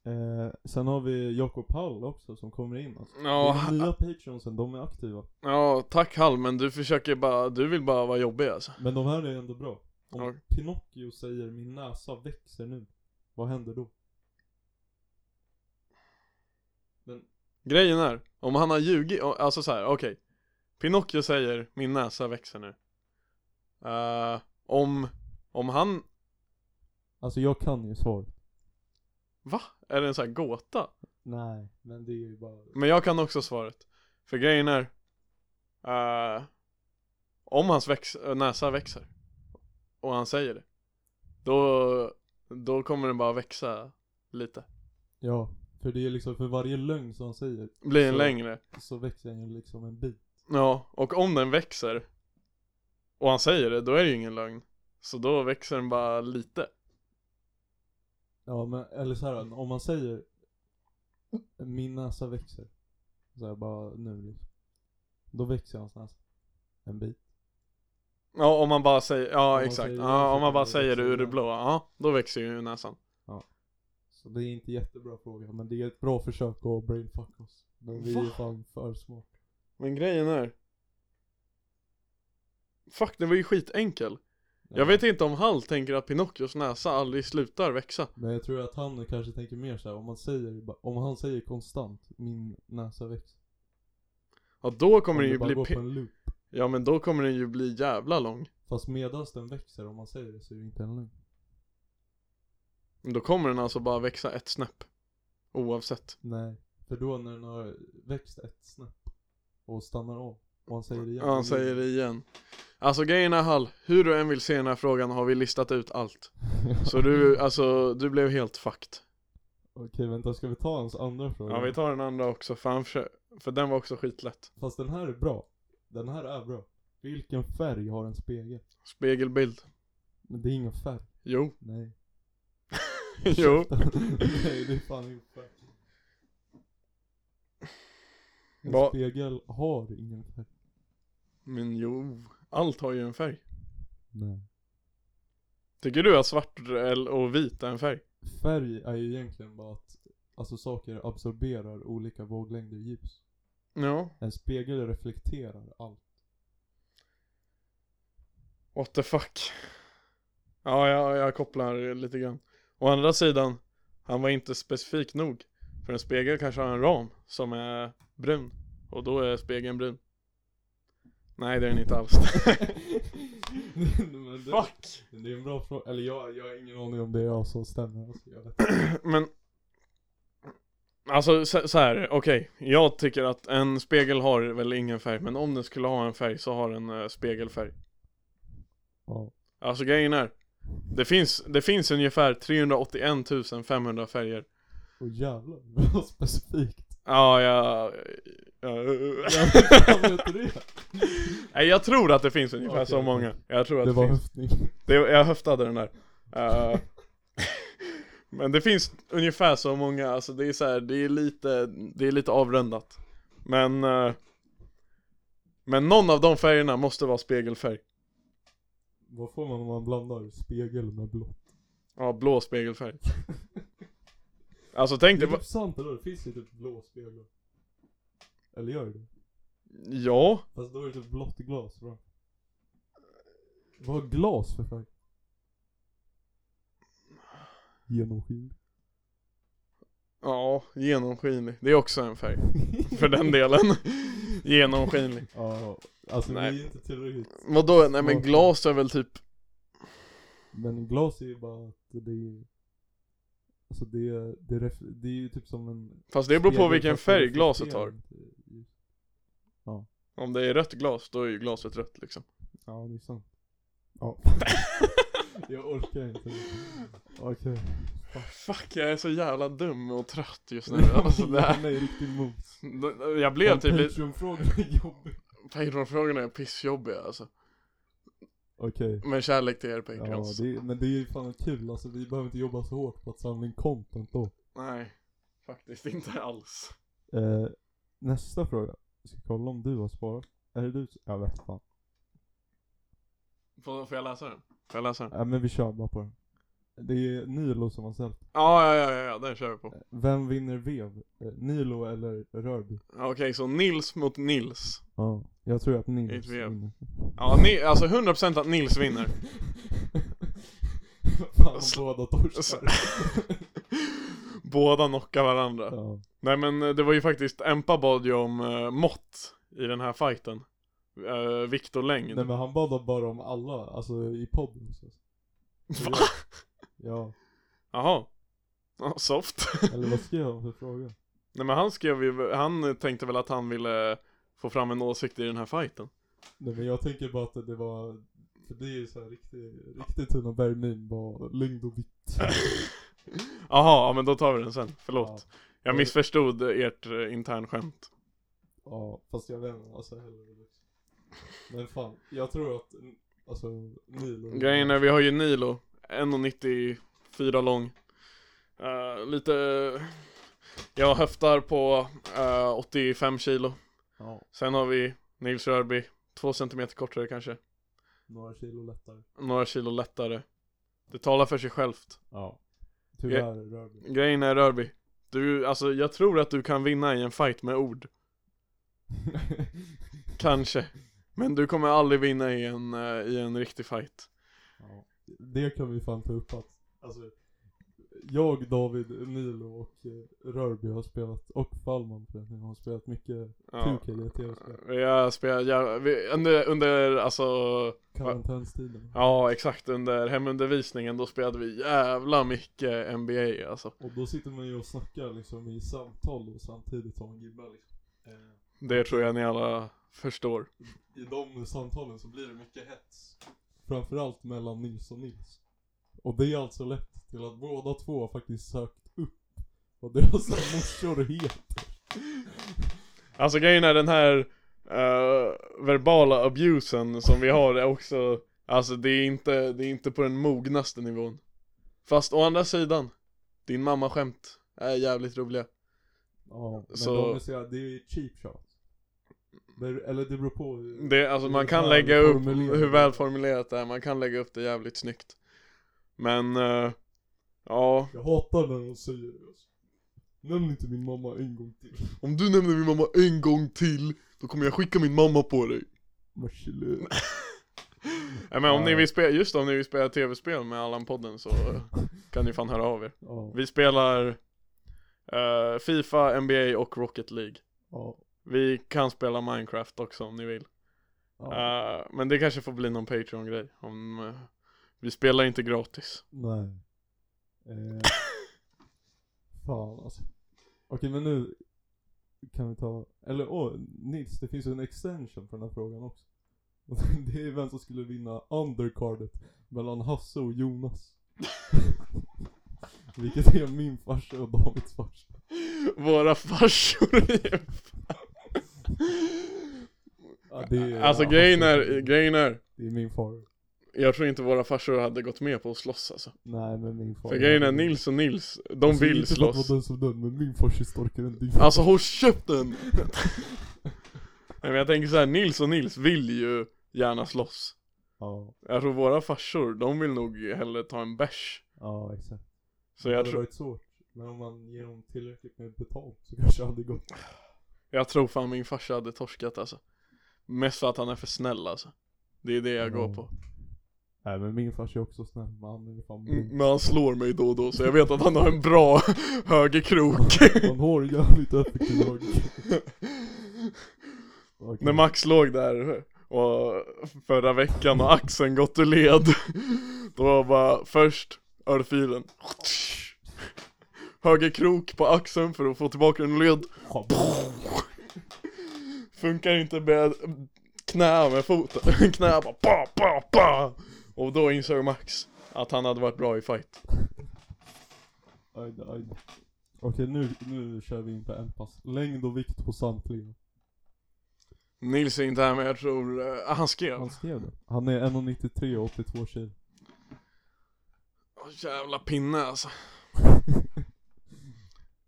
Speaker 1: Eh, sen har vi Jakob Hall också som kommer in alltså.
Speaker 2: Ja,
Speaker 1: De nya patreonsen, de är aktiva.
Speaker 2: ja tack Hall men du försöker bara, du vill bara vara jobbig alltså
Speaker 1: Men de här är ändå bra. Om
Speaker 2: Ja.
Speaker 1: Pinocchio säger 'Min näsa växer nu' Vad händer då?
Speaker 2: Grejen är, om han har ljugit, o- alltså så här, okej Pinocchio säger 'Min näsa växer nu' Eh, Om, om han,
Speaker 1: Alltså jag kan ju svaret.
Speaker 2: va? Är det en sån här gåta?
Speaker 1: Nej, men det är ju bara...
Speaker 2: Men jag kan också svaret För grejen är eh, Om hans väx, näsa växer Och han säger det Då, då kommer den bara växa lite
Speaker 1: Ja, för det är liksom för varje lögn som han säger
Speaker 2: Blir en
Speaker 1: Så-
Speaker 2: längre
Speaker 1: så växer han ju liksom en bit.
Speaker 2: Ja, och om den växer och han säger det, då är det ju ingen lögn. Så då växer den bara lite.
Speaker 1: Ja men eller så här, om man säger Min näsa växer. Så här, bara nu liksom. Då växer hans näsa. En bit.
Speaker 2: Ja, om man bara säger, ja
Speaker 1: man
Speaker 2: exakt.
Speaker 1: säger det så
Speaker 2: ja, om man
Speaker 1: kommer
Speaker 2: bara
Speaker 1: det
Speaker 2: säger det
Speaker 1: växa
Speaker 2: ur det
Speaker 1: igen.
Speaker 2: blåa, ja, då växer ju näsan.
Speaker 1: Så det är inte jättebra fråga men det är ett bra försök att brainfucka oss. Men vi
Speaker 2: Va?
Speaker 1: är fan för små.
Speaker 2: Men grejen är Fuck, den var ju skitenkel. Jag vet inte om Hall tänker att Pinocchios näsa aldrig slutar växa.
Speaker 1: Men jag tror att han kanske tänker mer så här, om man säger, bara- om han säger konstant Min näsa växer.
Speaker 2: Ja, då kommer
Speaker 1: om
Speaker 2: den ju
Speaker 1: bara
Speaker 2: bli,
Speaker 1: går på
Speaker 2: pi-
Speaker 1: en loop.
Speaker 2: ja men då kommer den ju bli jävla lång.
Speaker 1: Fast medans den växer, om man säger det så är det inte en lögn.
Speaker 2: Men Då kommer den alltså bara växa ett snäpp. Oavsett.
Speaker 1: Nej, för då när den har växt ett snäpp och stannar av och han säger det igen.
Speaker 2: Ja, han säger det igen. Alltså grejen är Hall, hur du än vill se den här frågan har vi listat ut allt. Så du, alltså, du blev helt fucked.
Speaker 1: Okej, vänta, ska vi ta hans andra fråga?
Speaker 2: Ja vi tar den andra också, för han försö- För den var också skitlätt.
Speaker 1: Fast den här är bra. Den här är bra. Vilken färg har en spegel?
Speaker 2: Spegelbild.
Speaker 1: Men det är ingen färg.
Speaker 2: Jo.
Speaker 1: Nej.
Speaker 2: jo.
Speaker 1: Nej, det är fan ingen färg. En
Speaker 2: Va?
Speaker 1: spegel har ingen färg.
Speaker 2: Men jo. Allt har ju en färg.
Speaker 1: Nej.
Speaker 2: Tycker du att svart el- och vit är en färg?
Speaker 1: Färg är ju egentligen bara att alltså, saker absorberar olika våglängder ljus.
Speaker 2: Ja.
Speaker 1: En spegel reflekterar allt.
Speaker 2: What the fuck. Ja, jag, jag kopplar lite grann. Å andra sidan, han var inte specifik nog. För en spegel kanske har en ram som är brun. Och då är spegeln brun. Nej, det är den inte alls.
Speaker 1: Men det,
Speaker 2: fuck!
Speaker 1: det är en bra fråga. Eller jag, jag har ingen aning om det är jag som stämmer. Alltså, jag vet.
Speaker 2: Men Alltså så, så här, okej Jag tycker att en spegel har väl ingen färg Men om den skulle ha en färg så har den eh, spegelfärg
Speaker 1: Ja.
Speaker 2: Alltså grejen är det finns, det finns ungefär 381 500 färger
Speaker 1: Och jävlar, vad specifikt.
Speaker 2: Ja, jag... jag-
Speaker 1: Jag vet inte det.
Speaker 2: Nej jag tror att det finns ungefär
Speaker 1: Okej,
Speaker 2: så
Speaker 1: okej.
Speaker 2: många Jag tror att
Speaker 1: Det
Speaker 2: det,
Speaker 1: var
Speaker 2: finns
Speaker 1: höftning.
Speaker 2: det, Jag höftade den där Eh, Men det finns ungefär så många, alltså det är så här, det är lite, det är lite avrundat Men eh, Men någon av de färgerna måste vara spegelfärg
Speaker 1: Vad får man om man blandar spegel med blått?
Speaker 2: Ja, blå spegelfärg Alltså tänk
Speaker 1: Det
Speaker 2: dig,
Speaker 1: är
Speaker 2: va-
Speaker 1: typ sant eller Det finns ju typ blå speglar. Eller gör det det?
Speaker 2: ja,
Speaker 1: Fast då är det typ blått glas va? Vad har glas för färg? Genomskinlig.
Speaker 2: ja, genomskinlig, det är också en färg För den delen, genomskinlig
Speaker 1: Ja, alltså
Speaker 2: Nej.
Speaker 1: det är inte tillräckligt.
Speaker 2: Vadå, nej men glas är väl typ,
Speaker 1: Men glas är ju bara att det är... Alltså det är, det är, ref- det är ju typ som en...
Speaker 2: fast det beror på
Speaker 1: spegel
Speaker 2: vilken
Speaker 1: fast det
Speaker 2: färg glaset
Speaker 1: reflekterar
Speaker 2: har
Speaker 1: inte.
Speaker 2: Om det är rött glas, då är ju glaset rött liksom
Speaker 1: Ja, det är sant. Ja. jag orkar inte. Okej.
Speaker 2: Fuck, jag är så jävla dum och trött just nu alltså, det här,
Speaker 1: Nej, riktigt mos.
Speaker 2: Jag blev typ lite,
Speaker 1: Patreon-frågan är jobbig.
Speaker 2: Patreon-frågorna är pissjobbiga alltså
Speaker 1: Okej.
Speaker 2: Men kärlek till er
Speaker 1: Ja,
Speaker 2: Patreons
Speaker 1: det, är- men det är ju fan kul alltså. Vi behöver inte jobba så hårt på att samla in content då.
Speaker 2: Nej, faktiskt inte alls
Speaker 1: Eh, nästa fråga. Jag ska kolla om du har sparat. Är det du? som- Jag vet fan.
Speaker 2: Får, får jag läsa den? Får jag läsa den?
Speaker 1: Nej men vi kör bara på den. Det är Nilo som har ställt.
Speaker 2: Ja, ja, ja, ja, ja den kör vi på
Speaker 1: Vem vinner vev? Eh, Nilo eller Rörby?
Speaker 2: Ja, Okej, så Nils mot Nils
Speaker 1: Ja. Jag tror att Nils
Speaker 2: Ett vev.
Speaker 1: vinner.
Speaker 2: Ja, ni, alltså 100% att Nils vinner
Speaker 1: Fan om
Speaker 2: Sl-
Speaker 1: båda torskar.
Speaker 2: Båda knockar varandra
Speaker 1: Ja.
Speaker 2: Nej men eh, det var ju faktiskt, Empa bad ju om eh, mått i den här fighten uh, Vikt och längd
Speaker 1: Nej men han bad bara om alla, alltså i podden. Så.
Speaker 2: Va?
Speaker 1: Ja,
Speaker 2: Jaha Ja, soft
Speaker 1: eller vad skrev han för fråga?
Speaker 2: Nej men han skrev ju, han tänkte väl att han ville få fram en åsikt i den här fighten
Speaker 1: Nej men jag tänker bara att det var, för det är ju såhär riktigt, riktigt Tuna Bergmin, bara lögn och vitt.
Speaker 2: Jaha, ja men då tar vi den sen, förlåt
Speaker 1: Ja,
Speaker 2: Jag missförstod eh, ert eh, internskämt
Speaker 1: ja, fast jag vet inte, alltså hellre det. Men fan, jag tror att, alltså Nilo.
Speaker 2: Grejen är, vi har ju Nilo, 1,94 lång Eh, Lite, jag höftar på eh, 85 kilo
Speaker 1: Ja,
Speaker 2: Sen har vi Nils Rörby, två centimeter kortare kanske
Speaker 1: några kilo lättare.
Speaker 2: Några kilo lättare Det talar för sig självt
Speaker 1: Ja. Tyvärr rör vi.
Speaker 2: Grejen är Rörby Du, alltså jag tror att du kan vinna i en fight med ord Kanske Men du kommer aldrig vinna i en, eh, i en riktig fight
Speaker 1: Ja, det kan vi fan ta upp att, alltså, jag, David, Nilo och eh, Rörby har spelat, och Fallman för den har spelat mycket
Speaker 2: ja.
Speaker 1: 2K i tv-spel.
Speaker 2: Jag spelar jävla, vi- under, under, alltså
Speaker 1: Karantänstiden.
Speaker 2: Ja exakt, under hemundervisningen då spelade vi jävla mycket NBA alltså
Speaker 1: Och då sitter man ju och snackar liksom i samtal och samtidigt som man gibbar liksom. Eh,
Speaker 2: Det tror jag ni alla förstår
Speaker 1: I de samtalen så blir det mycket hets. Framförallt mellan Nils och Nils. Och det är alltså lätt till att båda två har faktiskt sökt upp vad deras morsor heter.
Speaker 2: Alltså grejen är den här eh, verbala abusen som vi har är också Alltså det är inte, det är inte på den mognaste nivån Fast å andra sidan Din mamma skämt är jävligt roliga
Speaker 1: Ja, men
Speaker 2: Så-
Speaker 1: de är så, jävla- det är ju cheap shots. Men- Eller det beror på hur...
Speaker 2: Det, alltså
Speaker 1: Hur
Speaker 2: man kan
Speaker 1: väl
Speaker 2: lägga upp
Speaker 1: formulerat
Speaker 2: hur
Speaker 1: det är.
Speaker 2: välformulerat det är, man kan lägga upp det jävligt snyggt Men, eh, ja
Speaker 1: Jag hatar när de säger det alltså. Nämn inte min mamma en gång till.
Speaker 2: Om du nämner min mamma en gång till Då kommer jag skicka min mamma på dig
Speaker 1: Men chilla.
Speaker 2: Nej men om
Speaker 1: Ja.
Speaker 2: ni vill spela, just om ni vill spela tv-spel med Allan-podden så eh, kan ni fan höra av er
Speaker 1: Ja,
Speaker 2: Vi spelar eh, Fifa, NBA och Rocket League
Speaker 1: ja,
Speaker 2: Vi kan spela Minecraft också om ni vill
Speaker 1: ja.
Speaker 2: Eh, Men det kanske får bli någon Patreon-grej om, eh, Vi spelar inte gratis
Speaker 1: Nej. Eh, fan alltså. Okej men nu kan vi ta, eller åh Nils, det finns ju en extension på den här frågan också. Och Det är vem som skulle vinna undercardet mellan Hasse och Jonas. Vilket är min farsa och Davids farsa.
Speaker 2: Våra farsor är-
Speaker 1: Ja, det är,
Speaker 2: Alltså
Speaker 1: ja,
Speaker 2: grejen
Speaker 1: Hasse.
Speaker 2: är, grejen är
Speaker 1: Det är min far.
Speaker 2: Jag tror inte våra farsor hade gått med på att slåss alltså
Speaker 1: Nej men min far.
Speaker 2: För grejen är Nils och Nils, de
Speaker 1: Alltså,
Speaker 2: vill
Speaker 1: inte för att
Speaker 2: slåss
Speaker 1: vara den som den, men min farsa är starkare än din.
Speaker 2: Alltså håll käften! Nej men jag tänker så här, Nils och Nils vill ju gärna slåss
Speaker 1: Ja,
Speaker 2: Jag tror våra farsor, de vill nog hellre ta en bärs
Speaker 1: ja exakt.
Speaker 2: Så jag,
Speaker 1: det hade
Speaker 2: tror-
Speaker 1: varit svårt. Men om man ger dem tillräckligt med betalt så kanske det hade gått.
Speaker 2: jag tror fan min farsa hade torskat alltså Mest för att han är för snäll alltså Det är det jag går på
Speaker 1: Nej men min farsa är också snäll, men han är ju fan
Speaker 2: Mm,
Speaker 1: mm.
Speaker 2: Men han slår mig då och då så jag vet att han har en bra högerkrok
Speaker 1: Han har ju jävligt effektiv drag. Okej.
Speaker 2: När Max låg där och förra veckan och axeln gått ur led Då var bara först örfilen Höger krok på axeln för att få tillbaka en led
Speaker 1: Ja,
Speaker 2: Funkar inte med knä med foten Knä bara pa, pa, pa. Och då insåg Max att han hade varit bra i fight
Speaker 1: aj, då, aj. då. Okej nu, nu kör vi in på en pass. Längd och vikt på samtliga.
Speaker 2: Nils är inte här men jag tror, eh, han skrev
Speaker 1: Han skrev det. Han är 1,93 och 82 kilo.
Speaker 2: Åh, Jävla pinne alltså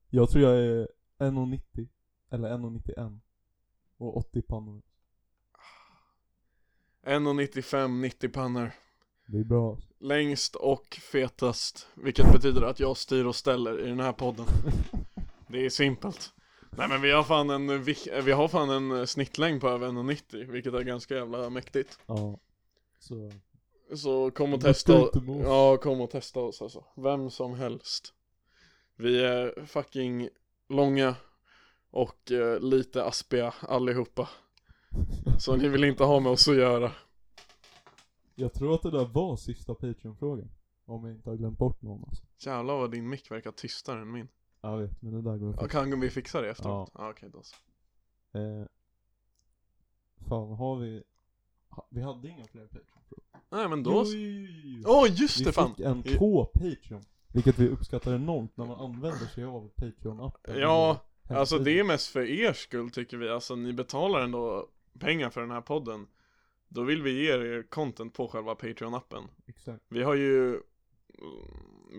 Speaker 1: Jag tror jag är 1,90. Eller 1,91. Och 80 pannor.
Speaker 2: 1,95, 90 pannor
Speaker 1: Det är bra.
Speaker 2: Längst och fetast, vilket betyder att jag styr och ställer i den här podden. Det är simpelt. Nej men vi har fan en, vi, vi har fan en eh, snittlängd på över 1,90, vilket är ganska jävla mäktigt.
Speaker 1: Ja. Så.
Speaker 2: Så kom och
Speaker 1: Vad
Speaker 2: testa,
Speaker 1: stort emot.
Speaker 2: ja kom och testa oss alltså. Vem som helst. Vi är fucking långa och eh, lite aspiga allihopa. Så ni vill inte ha med oss att göra.
Speaker 1: Jag tror att det där var sista Patreon-frågan. Om jag inte har glömt bort någon alltså.
Speaker 2: Jävlar vad din mick verkar tystare än min.
Speaker 1: Jag vet, men det där går
Speaker 2: Ja, Kan vi fixa det efteråt?
Speaker 1: Ja.
Speaker 2: Ja. Okej då så.
Speaker 1: Eh, fan, har vi... Ha, vi hade inga fler Patreon.
Speaker 2: Nej men då
Speaker 1: Jo, jo, jo, jo.
Speaker 2: Åh just
Speaker 1: vi
Speaker 2: det
Speaker 1: fick
Speaker 2: fan!
Speaker 1: en
Speaker 2: I-
Speaker 1: på Patreon. Vilket vi uppskattar enormt när man använder sig av Patreon-appen.
Speaker 2: Ja,
Speaker 1: Eller
Speaker 2: alltså det är
Speaker 1: hemsidan.
Speaker 2: mest för er skull tycker vi, alltså ni betalar ändå pengar för den här podden Då vill vi ge er content på själva Patreon-appen
Speaker 1: Exakt.
Speaker 2: Vi har ju mm,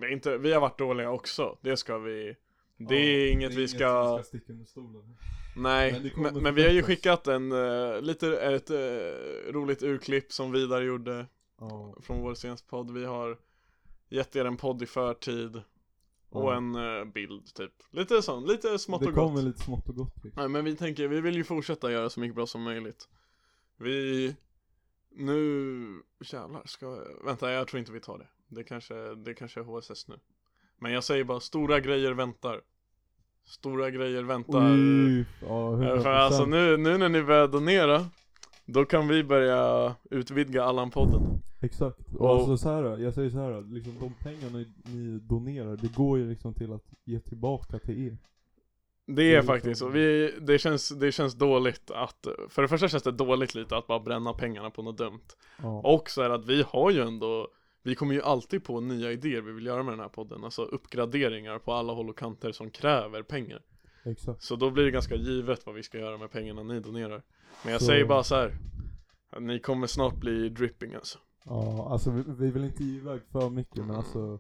Speaker 2: vi, är inte, vi har varit dåliga också, det ska vi Det är
Speaker 1: Ja,
Speaker 2: inget vi ska,
Speaker 1: vi ska sticka under stolen.
Speaker 2: nej
Speaker 1: Men det kommer
Speaker 2: men, men vi har ju
Speaker 1: förbättras.
Speaker 2: skickat en, eh, lite, ett eh, roligt urklipp som Vidar gjorde
Speaker 1: Ja.
Speaker 2: från vår senaste podd Vi har gett er en podd i förtid och
Speaker 1: ja.
Speaker 2: en eh, bild typ Lite sånt, lite smått
Speaker 1: Det
Speaker 2: och gott
Speaker 1: kommer lite smått och gott. Liksom.
Speaker 2: Nej men vi tänker, vi vill ju fortsätta göra så mycket bra som möjligt Vi, nu, jävlar ska jag, vänta jag tror inte vi tar det Det kanske, det kanske är HSS nu Men jag säger bara, stora grejer väntar Stora grejer väntar
Speaker 1: Oj, ja,
Speaker 2: Eh,
Speaker 1: 100%.
Speaker 2: För alltså nu, nu när ni börjar donera Då kan vi börja utvidga Allan-podden
Speaker 1: Exakt, och
Speaker 2: Och-
Speaker 1: alltså så här, jag säger så här, liksom de pengarna ni- ni donerar, det går ju liksom till att ge tillbaka till er.
Speaker 2: Det är faktiskt så, vi, det, känns, det känns dåligt att För det första känns det dåligt lite att bara bränna pengarna på något dumt
Speaker 1: Ja,
Speaker 2: Och så är det att vi har ju ändå Vi kommer ju alltid på nya idéer vi vill göra med den här podden Alltså uppgraderingar på alla håll och kanter som kräver pengar
Speaker 1: Exakt.
Speaker 2: Så då blir det ganska givet vad vi ska göra med pengarna ni donerar Men jag
Speaker 1: Så-
Speaker 2: säger bara så här. att Ni kommer snart bli dripping alltså
Speaker 1: Ja, alltså vi, vi vill inte ge iväg för mycket men alltså.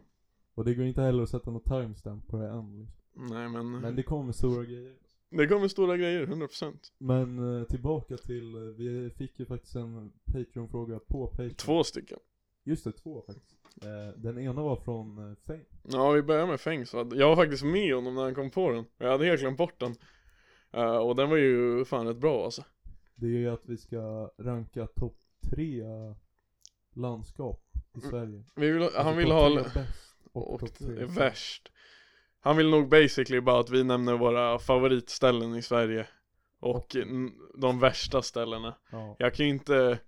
Speaker 1: Och det går inte heller att sätta något timestamp på det än. Liksom.
Speaker 2: Nej men,
Speaker 1: Men
Speaker 2: det...
Speaker 1: det kommer stora grejer.
Speaker 2: kommer stora grejer, 100%
Speaker 1: Men eh, tillbaka till, eh, vi fick ju faktiskt en Patreon-fråga på Patreon.
Speaker 2: Två stycken
Speaker 1: Just det, två faktiskt. Eh, den ena var från eh, Fame.
Speaker 2: Ja vi börjar med Feng så att- Jag var faktiskt med honom när han kom på den Jag hade helt glömt bort den Eh, Och den var ju fan rätt bra alltså
Speaker 1: Det är ju att vi ska ranka topp tre eh, landskap i
Speaker 2: Mm.
Speaker 1: Sverige.
Speaker 2: vi vill, Han
Speaker 1: Alltså,
Speaker 2: vill
Speaker 1: topp
Speaker 2: ha
Speaker 1: tre är bäst och,
Speaker 2: och
Speaker 1: topp tre
Speaker 2: är
Speaker 1: är sämst.
Speaker 2: värst Han vill nog basically bara att vi nämner våra favoritställen i Sverige Och n- de värsta ställena
Speaker 1: Ja,
Speaker 2: Jag kan ju inte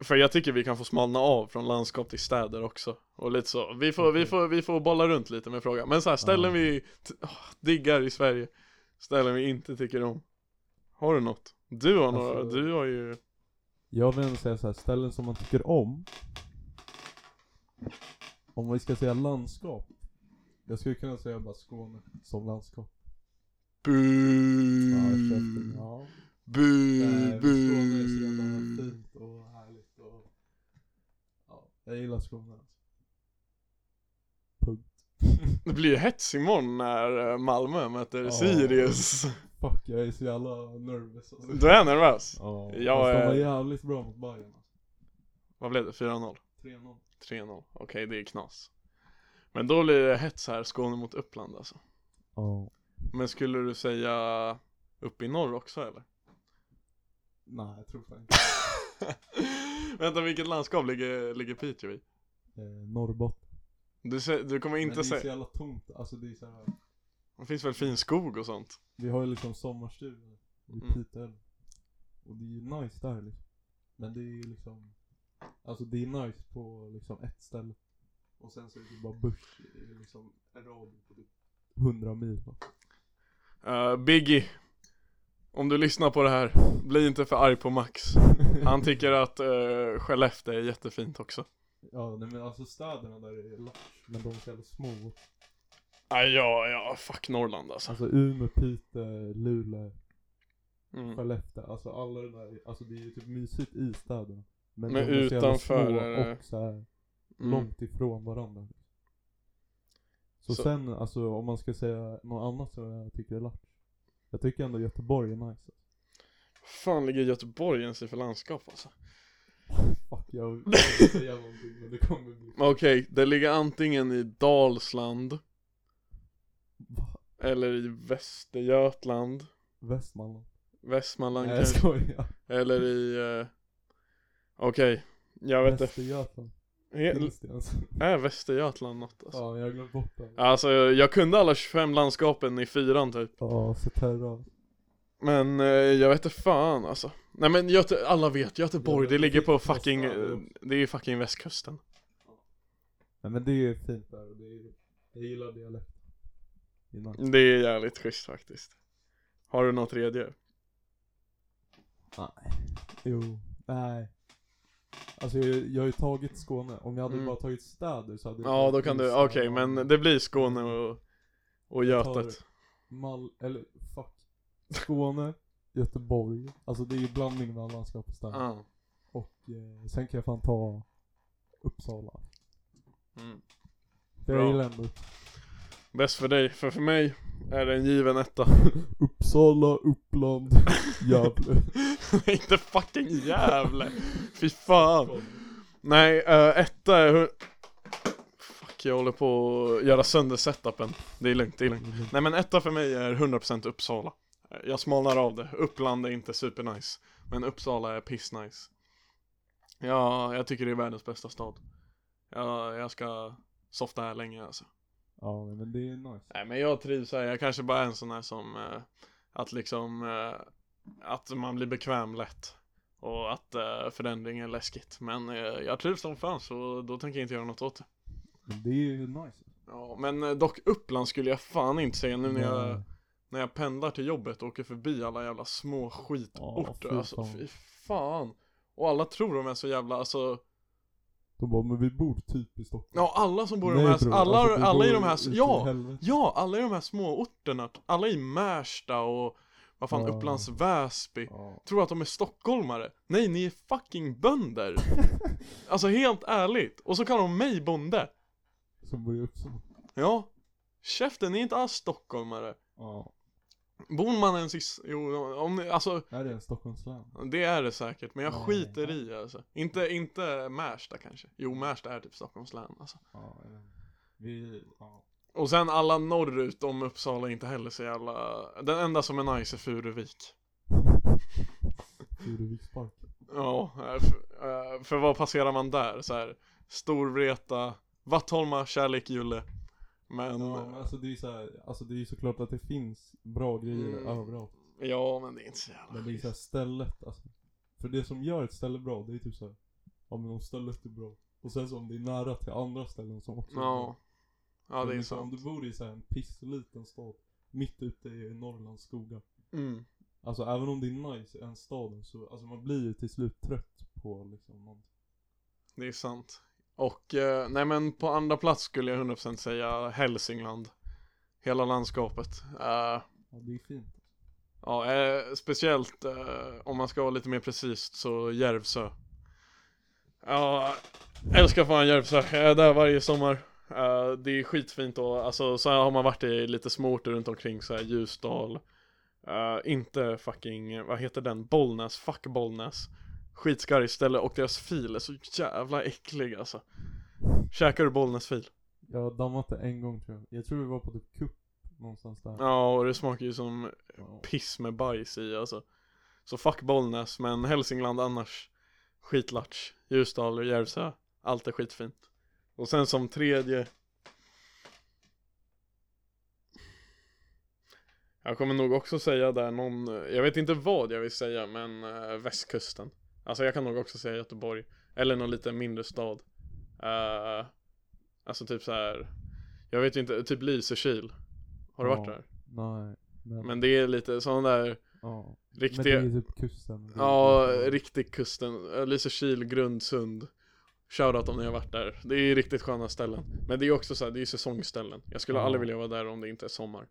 Speaker 2: För jag tycker vi kan få smalna av från landskap till städer också Och lite så, vi får, vi
Speaker 1: Okej.
Speaker 2: får, vi får bolla runt lite med frågan Men så här, ställen
Speaker 1: Ja.
Speaker 2: vi t- åh, diggar i Sverige Ställen vi inte tycker om Har du något? Du har några,
Speaker 1: Alltså-
Speaker 2: du har ju
Speaker 1: jag vill ändå säga så här, ställen som man tycker om. Om vi ska säga landskap. Jag skulle kunna säga bara Skåne som landskap.
Speaker 2: Bu, Mm.
Speaker 1: Ja, käften, ja.
Speaker 2: bu,
Speaker 1: Nej,
Speaker 2: bu
Speaker 1: Skåne är så jävla fint och härligt och... Ja, jag gillar Skåne alltså. Punkt.
Speaker 2: Det blir ju hets imorgon när eh, Malmö möter
Speaker 1: Ja.
Speaker 2: Sirius
Speaker 1: Fuck, jag är så jävla nervös alltså.
Speaker 2: Du är nervös?
Speaker 1: Ja, eh, fast
Speaker 2: Jag
Speaker 1: de var
Speaker 2: är-
Speaker 1: jävligt bra mot Bayern alltså.
Speaker 2: Vad blev det? 4-0?
Speaker 1: 3-0.
Speaker 2: 3-0, okej det är knas Men då blir det hets här, Skåne mot Uppland alltså
Speaker 1: Ja.
Speaker 2: Men skulle du säga upp i norr också eller?
Speaker 1: Nej, jag tror fan inte.
Speaker 2: Vänta, vilket landskap ligger, ligger Piteå i?
Speaker 1: Eh, Norrbotten.
Speaker 2: Du, sä- du kommer
Speaker 1: Men
Speaker 2: inte
Speaker 1: det är så
Speaker 2: säga,
Speaker 1: jävla tomt, alltså det är så här.
Speaker 2: det finns väl fin skog och sånt?
Speaker 1: Vi har ju liksom sommarstugor i
Speaker 2: Mm.
Speaker 1: Piteå. Och det är ju nice där liksom. Men det är ju liksom, alltså det är nice på liksom ett ställe. Och sen så är det bara bush i liksom en radie på typ 100 mil. va?
Speaker 2: Eh, Biggie, om du lyssnar på det här, bli inte för arg på Max Han tycker att uh, Skellefteå är jättefint också
Speaker 1: Ja, nej, men alltså städerna där är lash, men de är så jävla små.
Speaker 2: Ah, ja, ja, fuck Norrland alltså
Speaker 1: Alltså Umeå, Piteå, Luleå,
Speaker 2: mm.
Speaker 1: Skellefteå, alltså alla de där, alltså det är ju typ mysigt i städerna. Men,
Speaker 2: Men
Speaker 1: de är så jävla
Speaker 2: utanför
Speaker 1: små
Speaker 2: är det-
Speaker 1: och så här
Speaker 2: Mm.
Speaker 1: långt ifrån varandra. Så,
Speaker 2: Så-
Speaker 1: sen, alltså om man ska säga något annat som jag tycker är lack. Jag tycker ändå Göteborg är nice.
Speaker 2: Fan ligger Göteborg ens i för landskap alltså?
Speaker 1: Fuck, jag vill inte säga någonting men det kommer bli...
Speaker 2: Okej, det ligger antingen i Dalsland
Speaker 1: Va?
Speaker 2: Eller i Västergötland
Speaker 1: Västmanland?
Speaker 2: Västmanland
Speaker 1: Nej jag
Speaker 2: kanske
Speaker 1: skojar.
Speaker 2: Eller i... eh, Okej, jag vet inte
Speaker 1: Västergötland?
Speaker 2: He-
Speaker 1: Finns det ens?
Speaker 2: Är Västergötland något alltså?
Speaker 1: Ja, jag har glömt bort det.
Speaker 2: Alltså jag kunde alla 25 landskapen i fyran typ
Speaker 1: Ja, Cetera.
Speaker 2: Men eh, jag vet inte fan alltså Nej men Göte- alla vet Göteborg,
Speaker 1: Ja,
Speaker 2: det
Speaker 1: det
Speaker 2: ligger på
Speaker 1: finns massa
Speaker 2: fucking,
Speaker 1: andra
Speaker 2: eh,
Speaker 1: också.
Speaker 2: det är ju fucking västkusten
Speaker 1: Nej men det är fint där och det är, jag gillar dialekten. Det är nice.
Speaker 2: Det är jävligt schysst faktiskt Har du något tredje?
Speaker 1: Jo, nej. Alltså jag, jag har ju tagit Skåne, om jag hade
Speaker 2: Mm.
Speaker 1: bara tagit städer så hade jag
Speaker 2: Ja
Speaker 1: tagit
Speaker 2: då kan du,
Speaker 1: Ystad,
Speaker 2: okej men det blir Skåne och, och
Speaker 1: Jag tar
Speaker 2: Götet
Speaker 1: Mal, eller fuck. Skåne, Göteborg. Alltså det är ju blandning mellan landskap och städer.
Speaker 2: ah.
Speaker 1: Och eh, sen kan jag fan ta Uppsala.
Speaker 2: mm.
Speaker 1: För
Speaker 2: Bra.
Speaker 1: jag gillar ändå
Speaker 2: Bäst för dig, för för mig är det en given etta
Speaker 1: Uppsala, Uppland, Gävle.
Speaker 2: Inte fucking jävla Fy fan Nej, eh, etta är hur... Fuck, jag håller på att göra sönder setupen Det är lugnt, det är lugnt Nej men etta för mig är 100% Uppsala Eh, Jag smalnar av det, Uppland är inte supernice Men Uppsala är pissnice Ja, jag tycker det är världens bästa stad Ja, jag ska softa här länge alltså
Speaker 1: ja nej, men det är nice.
Speaker 2: Nej men jag trivs här, jag kanske bara är en sån här som eh, Att liksom eh, Att man blir bekväm lätt Och att eh, förändring är läskigt Men eh, jag trivs som fan så då tänker jag inte göra något åt det
Speaker 1: Men det är ju nice.
Speaker 2: Ja men eh, dock Uppland skulle jag fan inte säga nu när jag
Speaker 1: Men,
Speaker 2: När jag pendlar till jobbet och åker förbi alla jävla små skitorter
Speaker 1: Ja, fy
Speaker 2: Alltså
Speaker 1: fan.
Speaker 2: fy fan Och alla tror de är så jävla alltså
Speaker 1: De bara, men vi bor typ i Stockholm.
Speaker 2: Ja, alla som bor i
Speaker 1: Nej,
Speaker 2: de här,
Speaker 1: bror,
Speaker 2: alla,
Speaker 1: alltså, vi
Speaker 2: alla i
Speaker 1: bor
Speaker 2: de här,
Speaker 1: ute i
Speaker 2: ja,
Speaker 1: helvete.
Speaker 2: ja, alla i de här små orterna, alla i Märsta och vad fan,
Speaker 1: Ja.
Speaker 2: Upplands Väsby.
Speaker 1: Ja.
Speaker 2: Tror att de är stockholmare? Nej, ni är fucking bönder! alltså helt ärligt. Och så kallar de mig bonde.
Speaker 1: Som bor i Uppsala.
Speaker 2: Ja, käften, ni är inte alls stockholmare.
Speaker 1: Ja.
Speaker 2: Bor man ens i, s- jo, om ni, alltså
Speaker 1: Är det en Stockholms län?
Speaker 2: det är det säkert, men jag
Speaker 1: Nej.
Speaker 2: skiter i alltså. Inte, inte Märsta kanske. Jo, Märsta är typ Stockholms län alltså.
Speaker 1: Ja. jag vet inte. Vi, ja.
Speaker 2: Och sen alla norrut om Uppsala är inte heller så jävla, den enda som är nice är Furuvik.
Speaker 1: Furuvikspark.
Speaker 2: Ja, eh, för, eh, för vad passerar man där? Så här, Storvreta, Vattholma, Kärlek, Julle. Men, eh,
Speaker 1: Ja, men alltså det är ju så här, alltså det är ju såklart att det finns bra grejer
Speaker 2: Mm.
Speaker 1: överallt.
Speaker 2: ja men det är inte så jävla
Speaker 1: Men det är ju så här
Speaker 2: schysst.
Speaker 1: stället alltså. För det som gör ett ställe bra, det är typ så här, ja men om stället är bra. Och sen så om det är nära till andra ställen som också är
Speaker 2: Ja.
Speaker 1: bra.
Speaker 2: Ja
Speaker 1: Men
Speaker 2: det är
Speaker 1: liksom, Om
Speaker 2: sant.
Speaker 1: du bor i så här en pissliten stad, mitt ute i Norrlands skogar.
Speaker 2: Mm.
Speaker 1: Alltså även om det är nice i den staden så, alltså man blir ju till slut trött på liksom någonting.
Speaker 2: Det är sant. Och eh, nej men på andra plats skulle jag 100% säga Hälsingland. Hela landskapet. Eh,
Speaker 1: Ja det är fint. alltså.
Speaker 2: ja, eh, speciellt eh, om man ska vara lite mer precis så Järvsö. Ja, älskar fan Järvsö. Jag är där varje sommar. Eh, det är skitfint och alltså så här har man varit i lite små orter runt omkring så här Ljusdal. Eh, inte fucking, vad heter den? Bollnäs, fuck Bollnäs. Skitskarrigt ställe och deras fil är så jävla äcklig alltså. Käkar du Bollnäs fil?
Speaker 1: Jag har dammat det en gång tror jag. Jag tror vi var på typ kupp någonstans där.
Speaker 2: Ja, och det smakar ju som
Speaker 1: Ja.
Speaker 2: piss med bajs i alltså. Så fuck Bollnäs, men Hälsingland annars. Skitlatch, Ljusdal och Järvsö. Allt är skitfint. Och sen som tredje. Jag kommer nog också säga där någon, jag vet inte vad jag vill säga, men eh, västkusten. Alltså jag kan nog också säga Göteborg. Eller någon lite mindre stad. Eh, alltså typ så här. jag vet inte, typ Lysekil. Har du
Speaker 1: Ja.
Speaker 2: varit där?
Speaker 1: Nej. Men,
Speaker 2: Men det är lite sån där
Speaker 1: ja. Men det
Speaker 2: riktig,
Speaker 1: är typ kusten. Det är
Speaker 2: ja,
Speaker 1: typ-
Speaker 2: riktig kusten, Eh, Lysekil, Grundsund Shoutout om ni har varit där, det är ju riktigt sköna ställen Men det är ju också så här, det är ju säsongsställen Jag skulle
Speaker 1: Ja.
Speaker 2: aldrig vilja vara där om det inte är sommar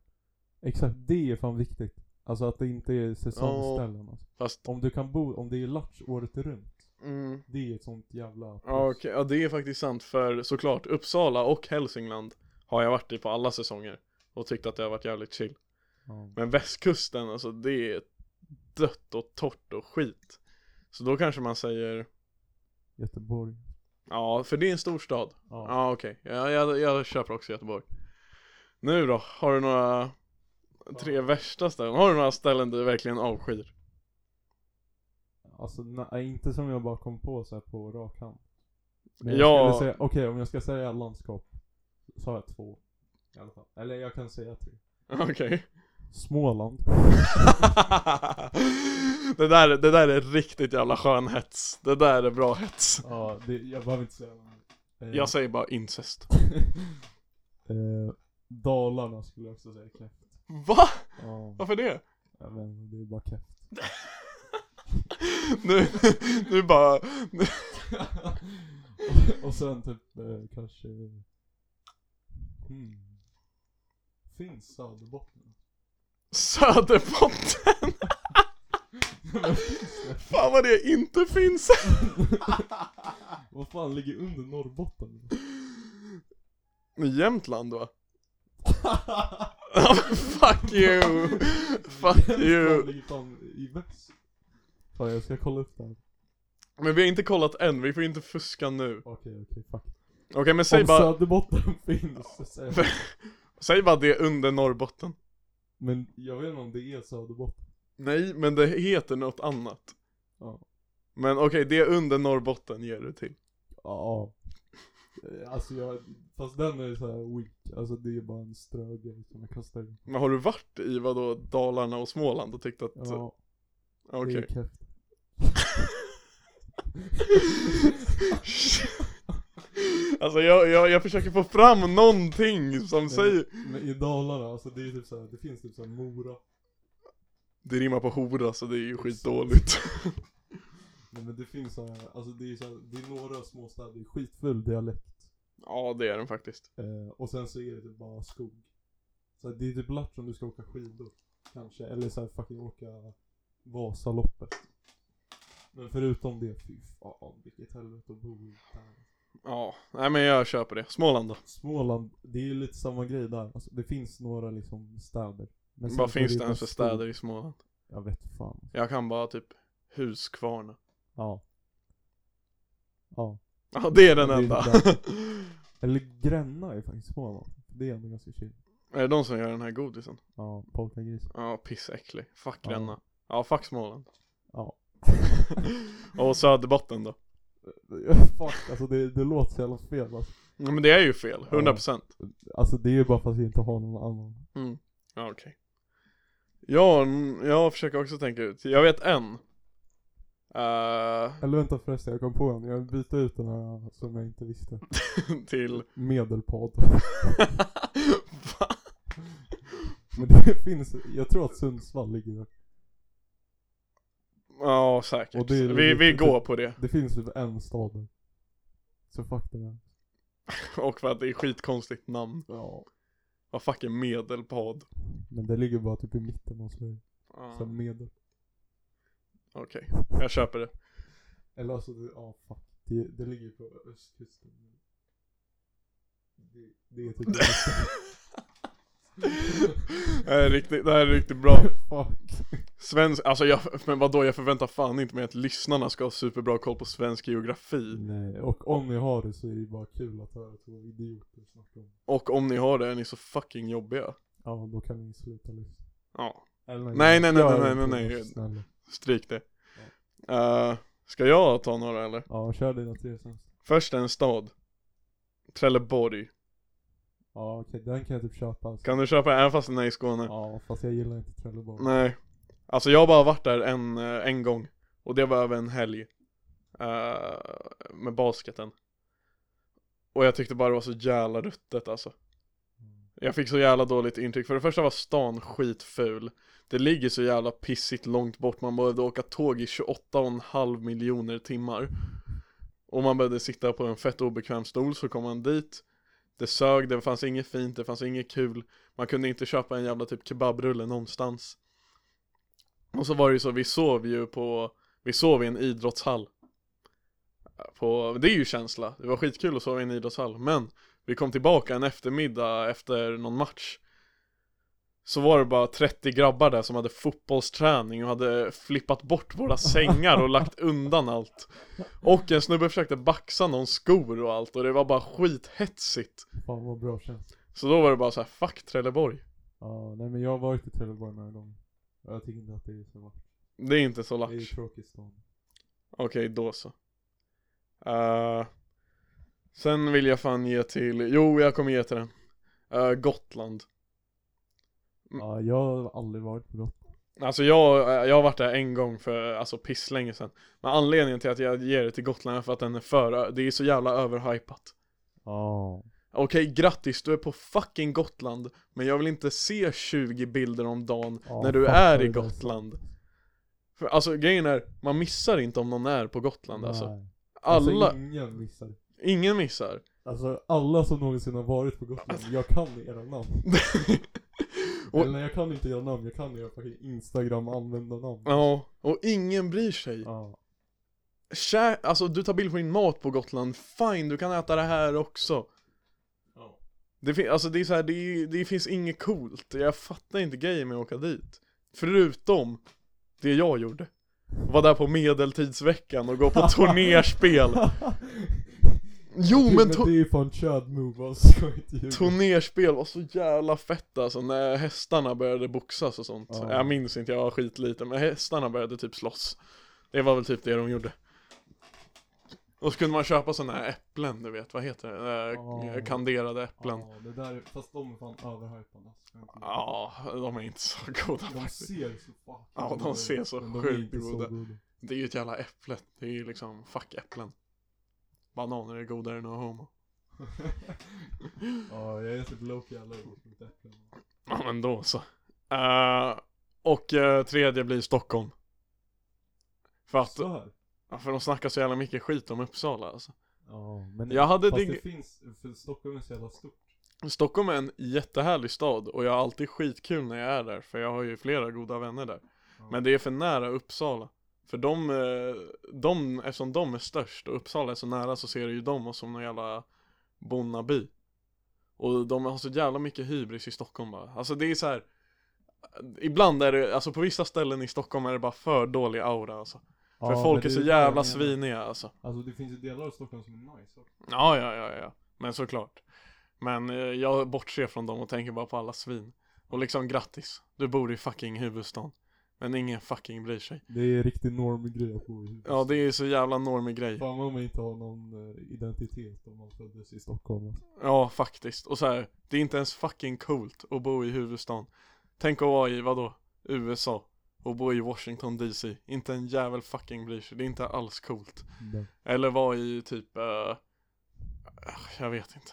Speaker 1: Exakt, det är fan viktigt. Alltså att det inte är säsongsställen alltså.
Speaker 2: Fast,
Speaker 1: Om du kan bo, om det är latch året runt.
Speaker 2: mm,
Speaker 1: Det är ett sånt jävla plus.
Speaker 2: ja, okej, ja det är faktiskt sant för såklart Uppsala och Hälsingland har jag varit i på alla säsonger Och tyckt att det har varit jävligt chill
Speaker 1: Ja.
Speaker 2: Men västkusten, alltså det är dött och torrt och skit Så då kanske man säger,
Speaker 1: Göteborg.
Speaker 2: ja för det är en stor stad
Speaker 1: Ja.
Speaker 2: Ja ah, okej, ja, jag, jag köper också Göteborg Nu då, har du några tre värsta ställen? Har du några ställen du verkligen avskyr?
Speaker 1: Alltså nej, inte som jag bara kom på så här på rak hand. Men
Speaker 2: Ja.
Speaker 1: jag skulle säga, okej om jag ska säga landskap. Så har jag två. I alla fall. Eller jag kan säga tre.
Speaker 2: Okej
Speaker 1: Småland.
Speaker 2: det, där, det där är riktigt jävla skön hets Det där är bra hets
Speaker 1: Ja, det, jag behöver inte säga något. Eh,
Speaker 2: Jag säger bara incest
Speaker 1: eh, Dalarna skulle jag också säga kräft.
Speaker 2: Va?
Speaker 1: Ja,
Speaker 2: Varför det?
Speaker 1: jag vet inte, det är bara kräft.
Speaker 2: Nu, nu bara, nu,
Speaker 1: och, och sen typ eh, kanske... Hmm. Finns Söderbotten?
Speaker 2: Söderbotten Fan vad det inte finns
Speaker 1: Vad fan ligger under Norrbotten?
Speaker 2: Jämtland va? Fuck you! Fuck you!
Speaker 1: Jämtland ligger fan i väst. Fan jag ska kolla upp det här.
Speaker 2: Men vi har inte kollat än, vi får inte fuska nu
Speaker 1: Okej okej, fuck.
Speaker 2: Okej men säg
Speaker 1: Om
Speaker 2: bara,
Speaker 1: Söderbotten finns så säger jag.
Speaker 2: säg bara det under Norrbotten
Speaker 1: Men jag vet inte om det är Söderbotten.
Speaker 2: Nej men det heter något annat
Speaker 1: Ja.
Speaker 2: Men okej, det under Norrbotten ger du till
Speaker 1: Ja. Eh, Alltså jag, fast den är så här weak. Alltså det är bara en strögrej som jag kastar in.
Speaker 2: Men har du varit i vadå, Dalarna och Småland och tyckt att, ja,
Speaker 1: Ja,
Speaker 2: okej
Speaker 1: det är kräft.
Speaker 2: Alltså jag, jag, jag försöker få fram någonting som säger
Speaker 1: Men i Dalarna, alltså det är typ så här, det finns typ så här Mora.
Speaker 2: Det rimmar på hora så det är ju skitdåligt
Speaker 1: Nej men det finns så här, alltså det är så här, det är några småstäder, det är skitfull dialekt.
Speaker 2: Ja det är den faktiskt.
Speaker 1: Eh, och sen så är det typ bara skog. Så här, det är typ lätt om du ska åka skidor. Kanske, eller så här, fucking åka Vasaloppet. Men förutom det, fy fan vilket helvete att bo i där.
Speaker 2: Ja, nej men jag köper det. Småland då?
Speaker 1: Småland, det är ju lite samma grej där. Alltså, det finns några liksom städer. Men sen
Speaker 2: Vad
Speaker 1: så är
Speaker 2: finns det
Speaker 1: bara
Speaker 2: ens för
Speaker 1: skog.
Speaker 2: städer i Småland?
Speaker 1: Jag vet fan.
Speaker 2: Jag kan bara typ Huskvarna.
Speaker 1: Ja. Ja.
Speaker 2: Ja det är den
Speaker 1: Det är
Speaker 2: enda.
Speaker 1: Eller Gränna är faktiskt Småland. Det är ändå ganska chill.
Speaker 2: är det de som gör den här godisen?
Speaker 1: Ja, polkagris.
Speaker 2: Ja pissäcklig. Fuck
Speaker 1: Ja.
Speaker 2: Gränna. Ja fuck Småland.
Speaker 1: Ja.
Speaker 2: Och Söderbotten då?
Speaker 1: Fuck, alltså det, det låter så jävla fel alltså.
Speaker 2: Ja, men det är ju fel,
Speaker 1: Ja.
Speaker 2: 100%.
Speaker 1: alltså. det är ju bara för att vi inte har någon annan.
Speaker 2: Mm. Ja okej. Ja, n- jag försöker också tänka ut. Jag vet en. Eh,
Speaker 1: Eller vänta förresten, jag kom på en. Jag byter ut den här som jag inte visste.
Speaker 2: till...
Speaker 1: Medelpad.
Speaker 2: Va?
Speaker 1: Men det finns, jag tror att Sundsvall ligger där.
Speaker 2: Ja
Speaker 1: Och
Speaker 2: säkert.
Speaker 1: det är
Speaker 2: Vi,
Speaker 1: lite-
Speaker 2: vi går på det.
Speaker 1: Det finns typ en stad där. Så fuck det där.
Speaker 2: Och för att det är skitkonstigt namn.
Speaker 1: Ja.
Speaker 2: Vad fuck är medelpad?
Speaker 1: Men det ligger bara typ i mitten av Sverige.
Speaker 2: Ja,
Speaker 1: Så medel.
Speaker 2: Okej, jag köper det.
Speaker 1: Eller alltså, det, ja fuck. Det, det ligger ju på östkusten. Det, det är typ...
Speaker 2: Det här är riktigt, det här är riktigt bra.
Speaker 1: fuck.
Speaker 2: Svensk, alltså jag, men vadå jag förväntar fan inte mig att lyssnarna ska ha superbra koll på svensk geografi.
Speaker 1: Nej, och om ni har det så är det ju bara kul att höra två idioter snacka om.
Speaker 2: Och om ni har det är ni så fucking jobbiga.
Speaker 1: Ja, då kan ni sluta lyssna.
Speaker 2: Ja,
Speaker 1: Eller
Speaker 2: Nej,
Speaker 1: gör-
Speaker 2: nej, nej,
Speaker 1: gör
Speaker 2: nej,
Speaker 1: inte
Speaker 2: nej,
Speaker 1: det,
Speaker 2: nej.
Speaker 1: Snälla.
Speaker 2: stryk det. Eh, ska jag ta några eller?
Speaker 1: Ja, kör dina tre sen.
Speaker 2: Först en stad. Trelleborg.
Speaker 1: Ja, okej, den kan jag typ köpa. Alltså.
Speaker 2: Kan du köpa även fast den är i Skåne?
Speaker 1: Ja, fast jag gillar inte Trelleborg.
Speaker 2: Nej. Alltså jag har bara varit där en, eh, en gång. Och det var över en helg. Eh, med basketen. Och jag tyckte bara det var så jävla ruttet alltså.
Speaker 1: Mm.
Speaker 2: Jag fick så jävla dåligt intryck. För det första var stan skitful. Det ligger så jävla pissigt långt bort. Man behövde åka tåg i 28,5 miljoner timmar. Och man behövde sitta på en fett obekväm stol så kom man dit. Det sög, det fanns inget fint, det fanns inget kul. Man kunde inte köpa en jävla typ kebabrulle någonstans. Och så var det ju så, vi sov ju på, vi sov i en idrottshall. På, det är ju känsla, det var skitkul att sova i en idrottshall, men vi kom tillbaka en eftermiddag efter någon match Så var det bara 30 grabbar där som hade fotbollsträning och hade flippat bort våra sängar och lagt undan allt Och en snubbe försökte baxa någon skor och allt och det var bara skithetsigt
Speaker 1: Fan vad bra känns.
Speaker 2: Så då var det bara så här, fuck Trelleborg
Speaker 1: Ja, nej men jag har varit i Trelleborg några gånger. Och Jag tycker inte att det är så vackert.
Speaker 2: Det är inte så
Speaker 1: Det är ju
Speaker 2: lattjo
Speaker 1: tråkigt stånd.
Speaker 2: Okej, då så Eh, Sen vill jag fan ge till, jo jag kommer ge till den Eh, Gotland Mm.
Speaker 1: Ja, jag har aldrig varit på Gotland.
Speaker 2: Alltså jag, jag har varit där en gång för alltså pisslänge sedan Men anledningen till att jag ger det till Gotland är för att den är för, det är så jävla överhypat
Speaker 1: Ja.
Speaker 2: Okej, grattis, du är på fucking Gotland Men jag vill inte se 20 bilder om dagen
Speaker 1: Ja,
Speaker 2: när du
Speaker 1: fuck
Speaker 2: är
Speaker 1: vad
Speaker 2: i
Speaker 1: det alltså? där är
Speaker 2: Gotland För alltså grejen är, man missar inte om någon är på Gotland alltså
Speaker 1: Nej.
Speaker 2: Alla,
Speaker 1: Alltså, ingen missar det.
Speaker 2: ingen missar
Speaker 1: Alltså alla som någonsin har varit på Gotland,
Speaker 2: Alltså-
Speaker 1: jag kan era namn.
Speaker 2: Och-
Speaker 1: Eller nej, jag kan inte era namn, jag kan era fucking Instagram-användarnamn.
Speaker 2: Ja, och ingen bryr sig
Speaker 1: Ja.
Speaker 2: Kä- Alltså du tar bild på din mat på Gotland, fine, du kan äta det här också
Speaker 1: Ja.
Speaker 2: Det, fin- alltså det, är så här, det, är, det finns inget coolt, jag fattar inte grejen med att åka dit Förutom det jag gjorde Var där på medeltidsveckan och gå på turnerspel Jo
Speaker 1: men,
Speaker 2: men
Speaker 1: det är
Speaker 2: to-
Speaker 1: ju fan chad move alltså, jag ska inte ljuga.
Speaker 2: turnerspel var så jävla fett alltså när hästarna började boxas och sånt
Speaker 1: Ja.
Speaker 2: Jag minns inte, jag var skitliten men hästarna började typ slåss Det var väl typ det de gjorde Och så kunde man köpa sådana här äpplen du vet, vad heter det? Eh,
Speaker 1: Ja.
Speaker 2: Kanderade äpplen
Speaker 1: Ja, det där, är- fast de är fan överhypade alltså. jag vet inte.
Speaker 2: Ja, de är inte så goda
Speaker 1: De
Speaker 2: faktiskt
Speaker 1: ser så fucking
Speaker 2: Ja, de
Speaker 1: goda
Speaker 2: ser
Speaker 1: ut,
Speaker 2: så
Speaker 1: men de är
Speaker 2: sjukt
Speaker 1: inte så
Speaker 2: goda.
Speaker 1: goda.
Speaker 2: Det är ju ett jävla äpple, det är ju liksom, fuck äpplen Bananer är godare än no homo
Speaker 1: Ja, jag är typ low-key alla emot mitt äpple.
Speaker 2: Ja men då så Eh, Och eh, tredje blir Stockholm För att,
Speaker 1: Så här.
Speaker 2: Ja, för de snackar så jävla mycket skit om Uppsala alltså.
Speaker 1: Ja, men
Speaker 2: Jag hade
Speaker 1: fast
Speaker 2: digg-
Speaker 1: det finns, för Stockholm är så jävla stort.
Speaker 2: Stockholm är en jättehärlig stad och jag har alltid skitkul när jag är där för jag har ju flera goda vänner där. Men det är för nära Uppsala. För de, eh, de, eftersom de är störst och Uppsala är så nära så ser ju de oss som någon jävla bonnaby. Och de har så jävla mycket hybris i Stockholm bara. Alltså det är så här. Ibland är det, alltså på vissa ställen i Stockholm är det bara för dålig aura alltså. För
Speaker 1: Ja, men
Speaker 2: folk är
Speaker 1: det
Speaker 2: så
Speaker 1: det jag
Speaker 2: jävla
Speaker 1: menar.
Speaker 2: sviniga alltså.
Speaker 1: Alltså det finns ju delar av Stockholm som är nice också.
Speaker 2: Ja, ja, ja, ja. Men såklart. Men eh, jag bortser från dem och tänker bara på alla svin. Och liksom grattis, du bor i fucking huvudstaden. Men ingen fucking bryr sig.
Speaker 1: Det är en riktig normgrej att bo i hus.
Speaker 2: Ja, det är så jävla normig grej.
Speaker 1: Fan vad man inte har någon eh, identitet om man föddes i Stockholm. alltså.
Speaker 2: Ja, faktiskt. Och så här, det är inte ens fucking coolt att bo i huvudstaden. Tänk att vara i, vadå, USA? Och bo i Washington DC. Inte en jävel fucking bryr sig. Det är inte alls coolt.
Speaker 1: Men,
Speaker 2: Eller vara i typ, eh, eh, jag vet inte.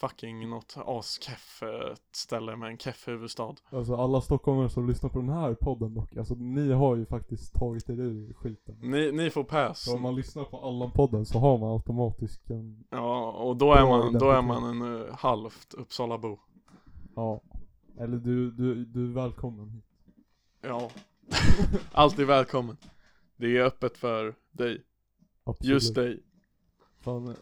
Speaker 2: Fucking något askeff eh, ställe med en keff huvudstad.
Speaker 1: alltså alla stockholmare som lyssnar på den här podden dock, alltså ni har ju faktiskt tagit er ur skiten.
Speaker 2: Ni, ni får pass.
Speaker 1: Så om man lyssnar på Allan-podden så har man automatiskt en,
Speaker 2: Ja, och då är
Speaker 1: Bra
Speaker 2: man, då är
Speaker 1: identitet.
Speaker 2: man en eh, halvt Uppsalabo.
Speaker 1: ja. Eller du, du, du är välkommen hit.
Speaker 2: Ja. Alltid välkommen. Det är öppet för dig.
Speaker 1: Absolut.
Speaker 2: Just dig.
Speaker 1: Fan, eh,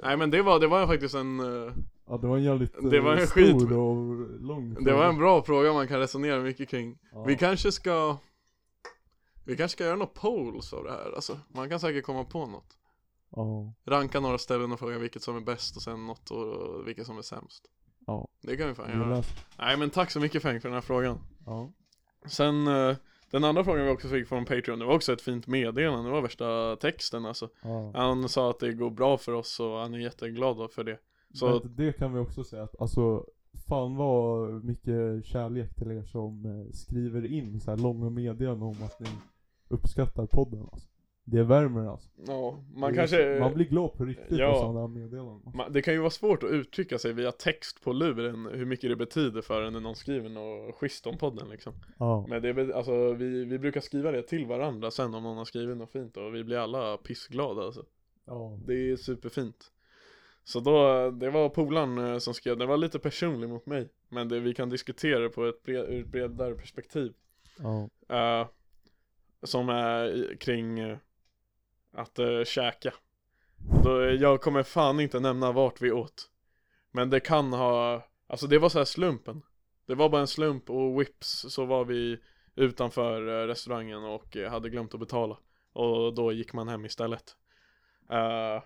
Speaker 2: Nej men det var, det var faktiskt en, eh,
Speaker 1: ja, det var en jävligt eh,
Speaker 2: Det var en
Speaker 1: stor
Speaker 2: skit-
Speaker 1: och lång
Speaker 2: det var
Speaker 1: fråga.
Speaker 2: en bra fråga man kan resonera mycket kring.
Speaker 1: Ja.
Speaker 2: Vi kanske ska, vi kanske ska göra några polls av det här alltså. Man kan säkert komma på något.
Speaker 1: Ja.
Speaker 2: Ranka några ställen och fråga vilket som är bäst och sen något och vilket som är sämst.
Speaker 1: Ja.
Speaker 2: Det kan vi fan
Speaker 1: vi
Speaker 2: göra.
Speaker 1: läser.
Speaker 2: Nej men tack så mycket Feng för den här frågan.
Speaker 1: Ja.
Speaker 2: Sen eh, den andra frågan vi också fick från Patreon, det var också ett fint meddelande, det var värsta texten alltså.
Speaker 1: ja.
Speaker 2: Han sa att det går bra för oss och han är jätteglad för det. Så
Speaker 1: Men det kan vi också säga att alltså Fan vad mycket kärlek till er som eh, skriver in så här långa meddelanden om att ni uppskattar podden alltså. Det värmer alltså.
Speaker 2: ja, man
Speaker 1: Det är-
Speaker 2: kanske...
Speaker 1: Man blir glad på riktigt
Speaker 2: Ja.
Speaker 1: av sådana här meddelanden. alltså.
Speaker 2: Man, det kan ju vara svårt att uttrycka sig via text på luren hur mycket det betyder för en när någon skriver något schysst om podden liksom.
Speaker 1: Ja.
Speaker 2: Men det, be- alltså, vi, vi brukar skriva det till varandra sen om någon har skrivit något fint och vi blir alla pissglada alltså.
Speaker 1: ja.
Speaker 2: Det är superfint. Så då, det var polaren eh, som skrev, den var lite personlig mot mig. Men det, vi kan diskutera det på ett, bre, ur ett bredare perspektiv.
Speaker 1: Ja.
Speaker 2: Eh, som är i- kring eh, att uh, käka. Då, eh, jag kommer fan inte nämna vart vi åt. Men det kan ha, alltså det var så här slumpen. Det var bara en slump och whips så var vi utanför eh, restaurangen och eh, hade glömt att betala. Och då gick man hem istället. Eh,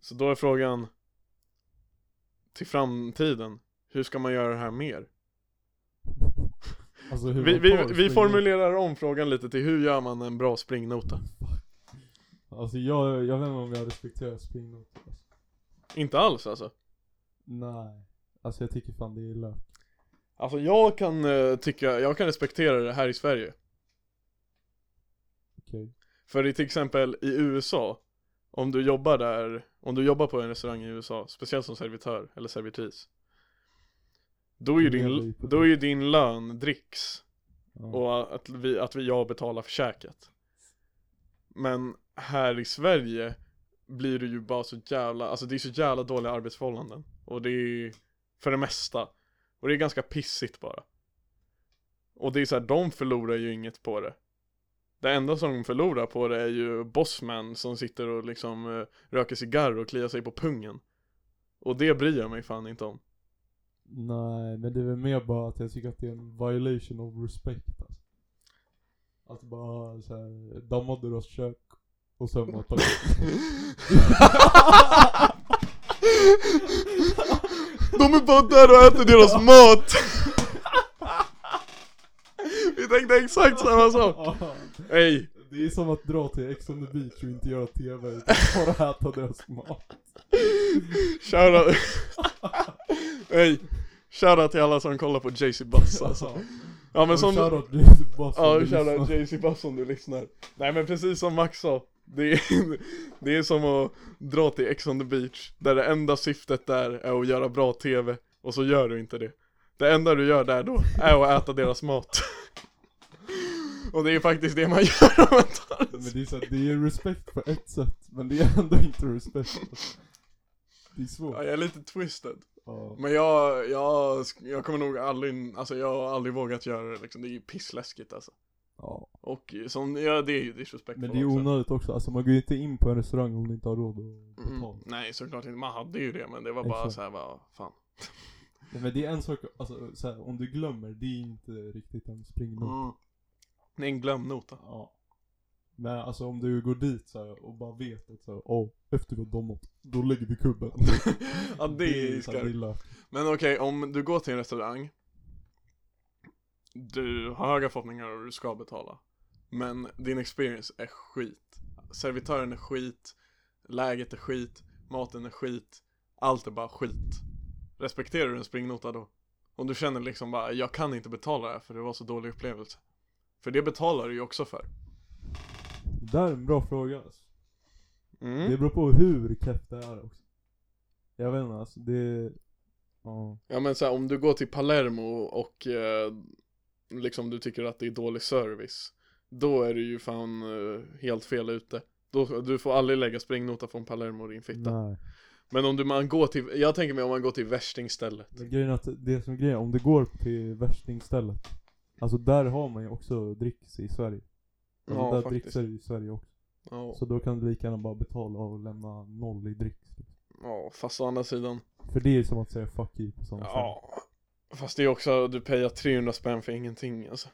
Speaker 2: så då är frågan till framtiden, hur ska man göra det här mer?
Speaker 1: Alltså hur
Speaker 2: Vi,
Speaker 1: man
Speaker 2: vi,
Speaker 1: tar
Speaker 2: vi
Speaker 1: springen.
Speaker 2: formulerar om frågan lite till hur gör man en bra springnota?
Speaker 1: Alltså jag, jag vet inte om jag respekterar springnotor alltså.
Speaker 2: Inte alls alltså.
Speaker 1: Nej. Alltså jag tycker fan det är lök.
Speaker 2: Alltså jag kan eh, tycka, jag kan respektera det här i Sverige.
Speaker 1: Okej.
Speaker 2: För i till exempel i USA, om du jobbar där, om du jobbar på en restaurang i USA, speciellt som servitör eller servitris. Då är ju din, då är ju din lön dricks
Speaker 1: Ja.
Speaker 2: och att vi, att vi, jag betalar för käket. Men här i Sverige blir det ju bara så jävla, alltså det är så jävla dåliga arbetsförhållanden. Och det är ju för det mesta. Och det är ganska pissigt bara. Och det är så här, de förlorar ju inget på det. Det enda som förlorar på det är ju bossman som sitter och liksom eh, röker cigarr och kliar sig på pungen. Och det bryr jag mig fan inte om.
Speaker 1: Nej, men det är väl mer bara att jag tycker att det är en violation of respect alltså. Att bara såhär, damma deras kök och sen bara ta
Speaker 2: Alltså- De är bara där och äter deras mat! Vi tänkte exakt samma sak!
Speaker 1: Ja,
Speaker 2: Hej!
Speaker 1: Det är som att dra till Ex on the beach och inte göra TV utan bara äta deras mat.
Speaker 2: Shoutout! Hej! Shoutout till alla som kollar på JC Bass alltså. Ja men
Speaker 1: Och
Speaker 2: som...
Speaker 1: shoutout till Basse.
Speaker 2: Ja, shoutout JC Bass om du lyssnar. Nej men precis som Max sa, det är, det är som att dra till Ex on the beach, där det enda syftet där är att göra bra TV, och så gör du inte det. Det enda du gör där då är att äta deras mat. Och det är faktiskt det man gör om man tar
Speaker 1: Men
Speaker 2: en
Speaker 1: det är så här, det är respekt på ett sätt, men det är ändå inte respekt. alltså. Det är svårt.
Speaker 2: Ja, jag är lite twisted.
Speaker 1: Ja.
Speaker 2: Men jag, jag, jag kommer nog aldrig, alltså jag har aldrig vågat göra det liksom. Det är ju pissläskigt alltså.
Speaker 1: ja.
Speaker 2: Och eh, som, ja det är ju disrespectful
Speaker 1: Men det är onödigt också, alltså man går ju inte in på en restaurang om du inte har råd att
Speaker 2: också. Mm.
Speaker 1: betala.
Speaker 2: Nej såklart inte, man hade ju det men det var bara
Speaker 1: Exakt.
Speaker 2: såhär bara, fan.
Speaker 1: Nej, men det är en sak, alltså så här, om du glömmer, det är inte riktigt en springnota.
Speaker 2: Mm. Det är en glömnota.
Speaker 1: Ja. Men alltså om du går dit så här, och bara vet att så här, åh, efter vi har domat, då lägger vi kubben.
Speaker 2: ja det är ju
Speaker 1: så här, det
Speaker 2: skarpt.
Speaker 1: löst.
Speaker 2: Men okej, om du går till en restaurang Du har höga förhoppningar och du ska betala Men din experience är skit Servitören är skit Läget är skit Maten är skit Allt är bara skit Respekterar du en springnota då? Om du känner liksom bara, jag kan inte betala det här för det var så dålig upplevelse För det betalar du ju också för
Speaker 1: Det där är en bra fråga alltså.
Speaker 2: mm.
Speaker 1: Det beror på hur keft det är också. Jag vet inte alltså, det... Ja.
Speaker 2: Ja men så här, om du går till Palermo och eh, liksom du tycker att det är dålig service Då är du ju fan eh, helt fel ute då, Du får aldrig lägga sprängnota från Palermo i din fitta
Speaker 1: Nej.
Speaker 2: Men om du, man går till, jag tänker mig om man går till värstingställe
Speaker 1: Men grejen är att det som är grejen, om det går till värstingstället. Alltså där har man ju också dricks i Sverige. Alltså
Speaker 2: Ja
Speaker 1: där
Speaker 2: faktiskt
Speaker 1: dricksar det i Sverige också.
Speaker 2: ja,
Speaker 1: Så då kan du lika gärna bara betala och lämna noll i dricks. liksom.
Speaker 2: ja, fast å andra sidan
Speaker 1: För det är som att säga fuck you på samma sätt.
Speaker 2: Ja Fast det är också, du payar 300 spänn för ingenting alltså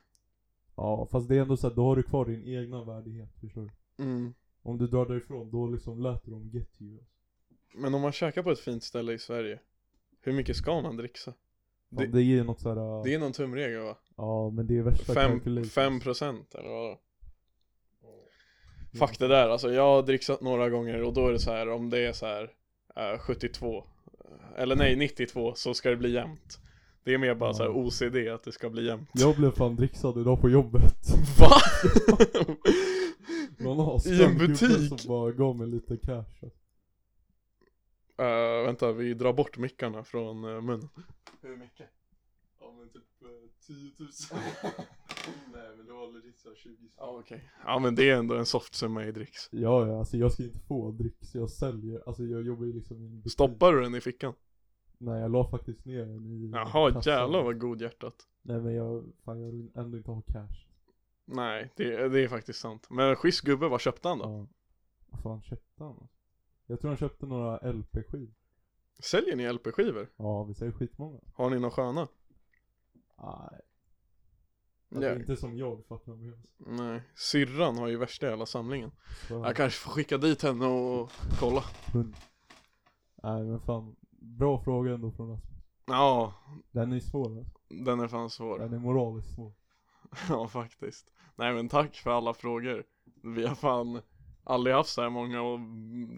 Speaker 1: Ja, fast det är ändå så här, då har du kvar din egna värdighet, förstår du?
Speaker 2: mm.
Speaker 1: Om du drar därifrån, då liksom lät de get you.
Speaker 2: Men om man käkar på ett fint ställe i Sverige Hur mycket ska man dricksa?
Speaker 1: Det,
Speaker 2: Det-
Speaker 1: det är ju något såhär,
Speaker 2: Det är någon tumregel va?
Speaker 1: ja men det är värsta
Speaker 2: Fem-
Speaker 1: calculations.
Speaker 2: fem procent eller vad?
Speaker 1: Ja.
Speaker 2: Fuck det där, alltså jag har dricksat några gånger och då är det så här om det är så här eh, 72 eh, Eller nej 92 så ska det bli jämnt Det är mer bara så här
Speaker 1: Ja.
Speaker 2: OCD att det ska bli jämnt
Speaker 1: Jag blev fan dricksad idag på jobbet.
Speaker 2: Va?
Speaker 1: Någon har
Speaker 2: I en
Speaker 1: gubbe
Speaker 2: butik?
Speaker 1: som bara gav mig lite cash. alltså.
Speaker 2: Eh, vänta, vi drar bort mickarna från uh, munnen Hur mycket? Ja men typ 10 000 Nej men du håller ditt såhär 20 Ja okej Ja men det är ändå en soft summa i dricks
Speaker 1: Ja, ja, alltså jag ska inte få dricks, jag säljer, alltså jag jobbar ju liksom i en butik.
Speaker 2: Stoppar du den i fickan?
Speaker 1: Nej jag la faktiskt ner den i
Speaker 2: Jaha
Speaker 1: kassan.
Speaker 2: jävlar vad godhjärtat
Speaker 1: Nej men jag, fan jag vill ändå inte ha cash.
Speaker 2: Nej, det, det är faktiskt sant. Men schysst gubbe, vad köpte han då?
Speaker 1: Ja. Vad fan köpte han? Jag tror han köpte några LP-skivor.
Speaker 2: Säljer ni LP-skivor?
Speaker 1: Ja, vi säger skitmånga.
Speaker 2: Har ni någon sköna?
Speaker 1: Nej. Alltså, Inte som jag fattar med oss.
Speaker 2: Nej, syrran har ju värsta jävla samlingen.
Speaker 1: Så-
Speaker 2: Jag kanske får skicka dit henne och kolla.
Speaker 1: hund. Nej men fan, bra fråga ändå från Rasmus.
Speaker 2: Ja,
Speaker 1: Den är svår alltså.
Speaker 2: den är fan svår.
Speaker 1: Den är moraliskt svår.
Speaker 2: Ja, faktiskt. Nej men tack för alla frågor. Vi har fan aldrig haft så här många och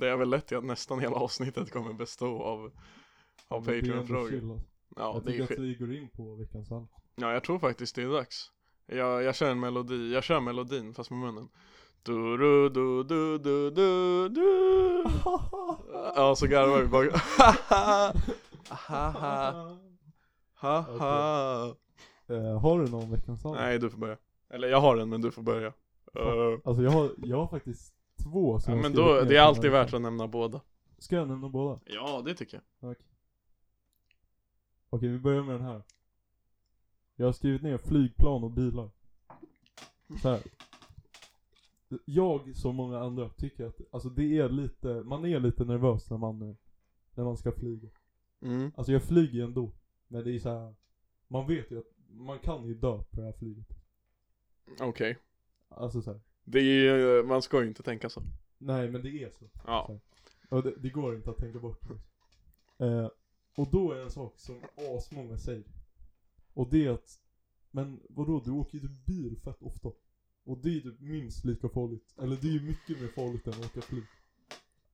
Speaker 2: det är väl lätt till att nästan hela avsnittet kommer bestå av, av
Speaker 1: Men det är ändå
Speaker 2: Patreon-frågor.
Speaker 1: chill, alltså.
Speaker 2: Ja,
Speaker 1: jag
Speaker 2: det är
Speaker 1: tycker
Speaker 2: skit.
Speaker 1: att vi går in på veckans alla.
Speaker 2: Ja, jag tror faktiskt det är dags. Jag, jag kör en melodi, jag kör melodin fast med munnen. Du, du, du, du, du, du, du. Ja, så garvar vi bara. Ha,
Speaker 3: Uh-huh.
Speaker 2: ha, ha, ha, ha.
Speaker 1: Eh, har du någon veckans alla?
Speaker 2: Nej, du får börja. Eller jag har en, men du får börja. Eh,
Speaker 1: Alltså jag har, jag har faktiskt två som
Speaker 2: ja,
Speaker 1: jag
Speaker 2: men
Speaker 1: skrivit
Speaker 2: då,
Speaker 1: ner
Speaker 2: det är
Speaker 1: från
Speaker 2: alltid
Speaker 1: den här
Speaker 2: värt att nämna båda.
Speaker 1: veckan. Ska jag nämna båda?
Speaker 2: Ja, det tycker jag.
Speaker 1: Okej. Okej, vi börjar med den här. Jag har skrivit ner flygplan och bilar. Så här. Jag, som många andra, tycker att alltså det är lite, man är lite nervös när man, eh, när man ska flyga.
Speaker 2: Mm.
Speaker 1: Alltså jag flyger ju ändå. Men det är så här. man vet ju att man kan ju dö på det här flyget.
Speaker 2: Okej.
Speaker 1: Alltså så här.
Speaker 2: Det är ju, eh, man ska ju inte tänka så.
Speaker 1: Nej men det är så.
Speaker 2: Ja.
Speaker 1: Och det, det går inte att tänka bort. Eh, och då är en sak som asmånga säger. Och det är att, men vadå du åker ju typ bil fett ofta. Och det är ju typ minst lika farligt. Eller det är ju mycket mer farligt än att åka flyg.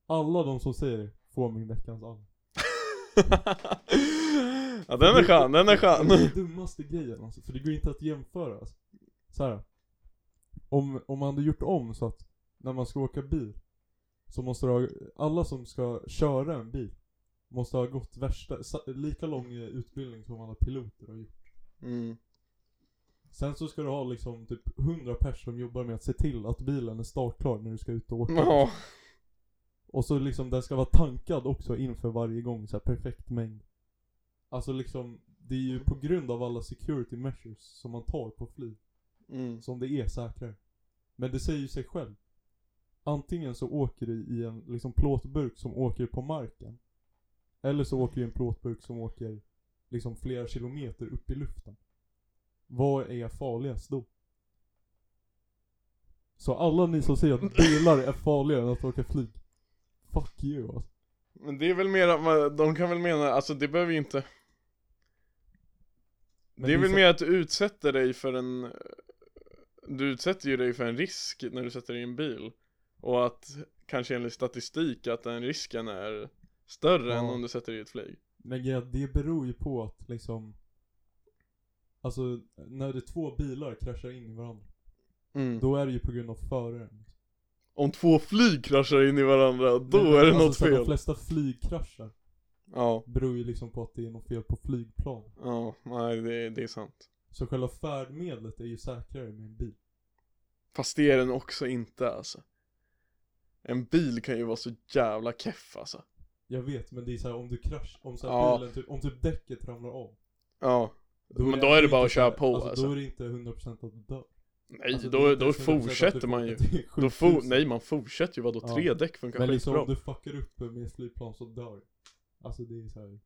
Speaker 1: Alla de som säger det får min veckans all.
Speaker 2: ja, den är skön, den är skön.
Speaker 1: Det är den dummaste grejen alltså, för det går inte att jämföra alltså. så här. Om, om man hade gjort om så att när man ska åka bil så måste det ha, alla som ska köra en bil måste ha gått värsta, sa- lika lång eh, utbildning som alla piloter har gjort.
Speaker 2: Mm.
Speaker 1: Sen så ska du ha liksom typ 100 personer som jobbar med att se till att bilen är startklar när du ska ut och åka.
Speaker 2: Ja.
Speaker 1: Och så liksom den ska vara tankad också inför varje gång, så här perfekt mängd. Alltså liksom, det är ju på grund av alla security measures som man tar på flyg
Speaker 2: Mm.
Speaker 1: som det är säkrare. Men det säger ju sig själv. Antingen så åker du i en liksom plåtburk som åker på marken. Eller så åker du i en plåtburk som åker liksom flera kilometer upp i luften. Vad är farligast då? Så alla ni som säger att bilar är farligare än att åka flyg. Fuck you alltså.
Speaker 2: Men det är väl mer att man, de kan väl mena, alltså det behöver ju inte
Speaker 1: Men
Speaker 2: Det är
Speaker 1: det är
Speaker 2: väl
Speaker 1: så-
Speaker 2: mer att du utsätter dig för en Du utsätter ju dig för en risk när du sätter dig i en bil Och att kanske enligt statistik att den risken är större än
Speaker 1: Ja.
Speaker 2: om du sätter dig i ett flyg
Speaker 1: Men grejen är att det beror ju på att liksom Alltså när det två bilar kraschar in i varandra.
Speaker 2: mm.
Speaker 1: Då är det ju på grund av föraren.
Speaker 2: Om två flyg kraschar in i varandra, då
Speaker 1: Men-
Speaker 2: är det
Speaker 1: alltså,
Speaker 2: något
Speaker 1: så här, De
Speaker 2: fel
Speaker 1: flesta flygkrascher
Speaker 2: Ja,
Speaker 1: beror ju liksom på att det är något fel på flygplan.
Speaker 2: ja, nej det, det är sant
Speaker 1: Så själva färdmedlet är ju säkrare med en bil.
Speaker 2: Fast det är den också inte alltså En bil kan ju vara så jävla keff alltså
Speaker 1: Jag vet, men det är så här om du krasch, om så här
Speaker 2: Ja.
Speaker 1: bilen, typ, om typ däcket ramlar av.
Speaker 2: Ja, men då
Speaker 1: ändå
Speaker 2: är det bara
Speaker 1: inte
Speaker 2: att
Speaker 1: så här-
Speaker 2: köra på alltså,
Speaker 1: Då är det inte 100% att du dör.
Speaker 2: Nej,
Speaker 1: Alltså, det är
Speaker 2: då,
Speaker 1: inte
Speaker 2: då
Speaker 1: 100% att du
Speaker 2: fortsätter
Speaker 1: får-
Speaker 2: man ju
Speaker 1: det är
Speaker 2: Då for,
Speaker 1: 7000.
Speaker 2: nej man fortsätter ju, vadå
Speaker 1: Ja.
Speaker 2: tre däck funkar
Speaker 1: Men liksom
Speaker 2: skitbra
Speaker 1: om du fuckar upp med ett flygplan så dör du. Alltså det är så här.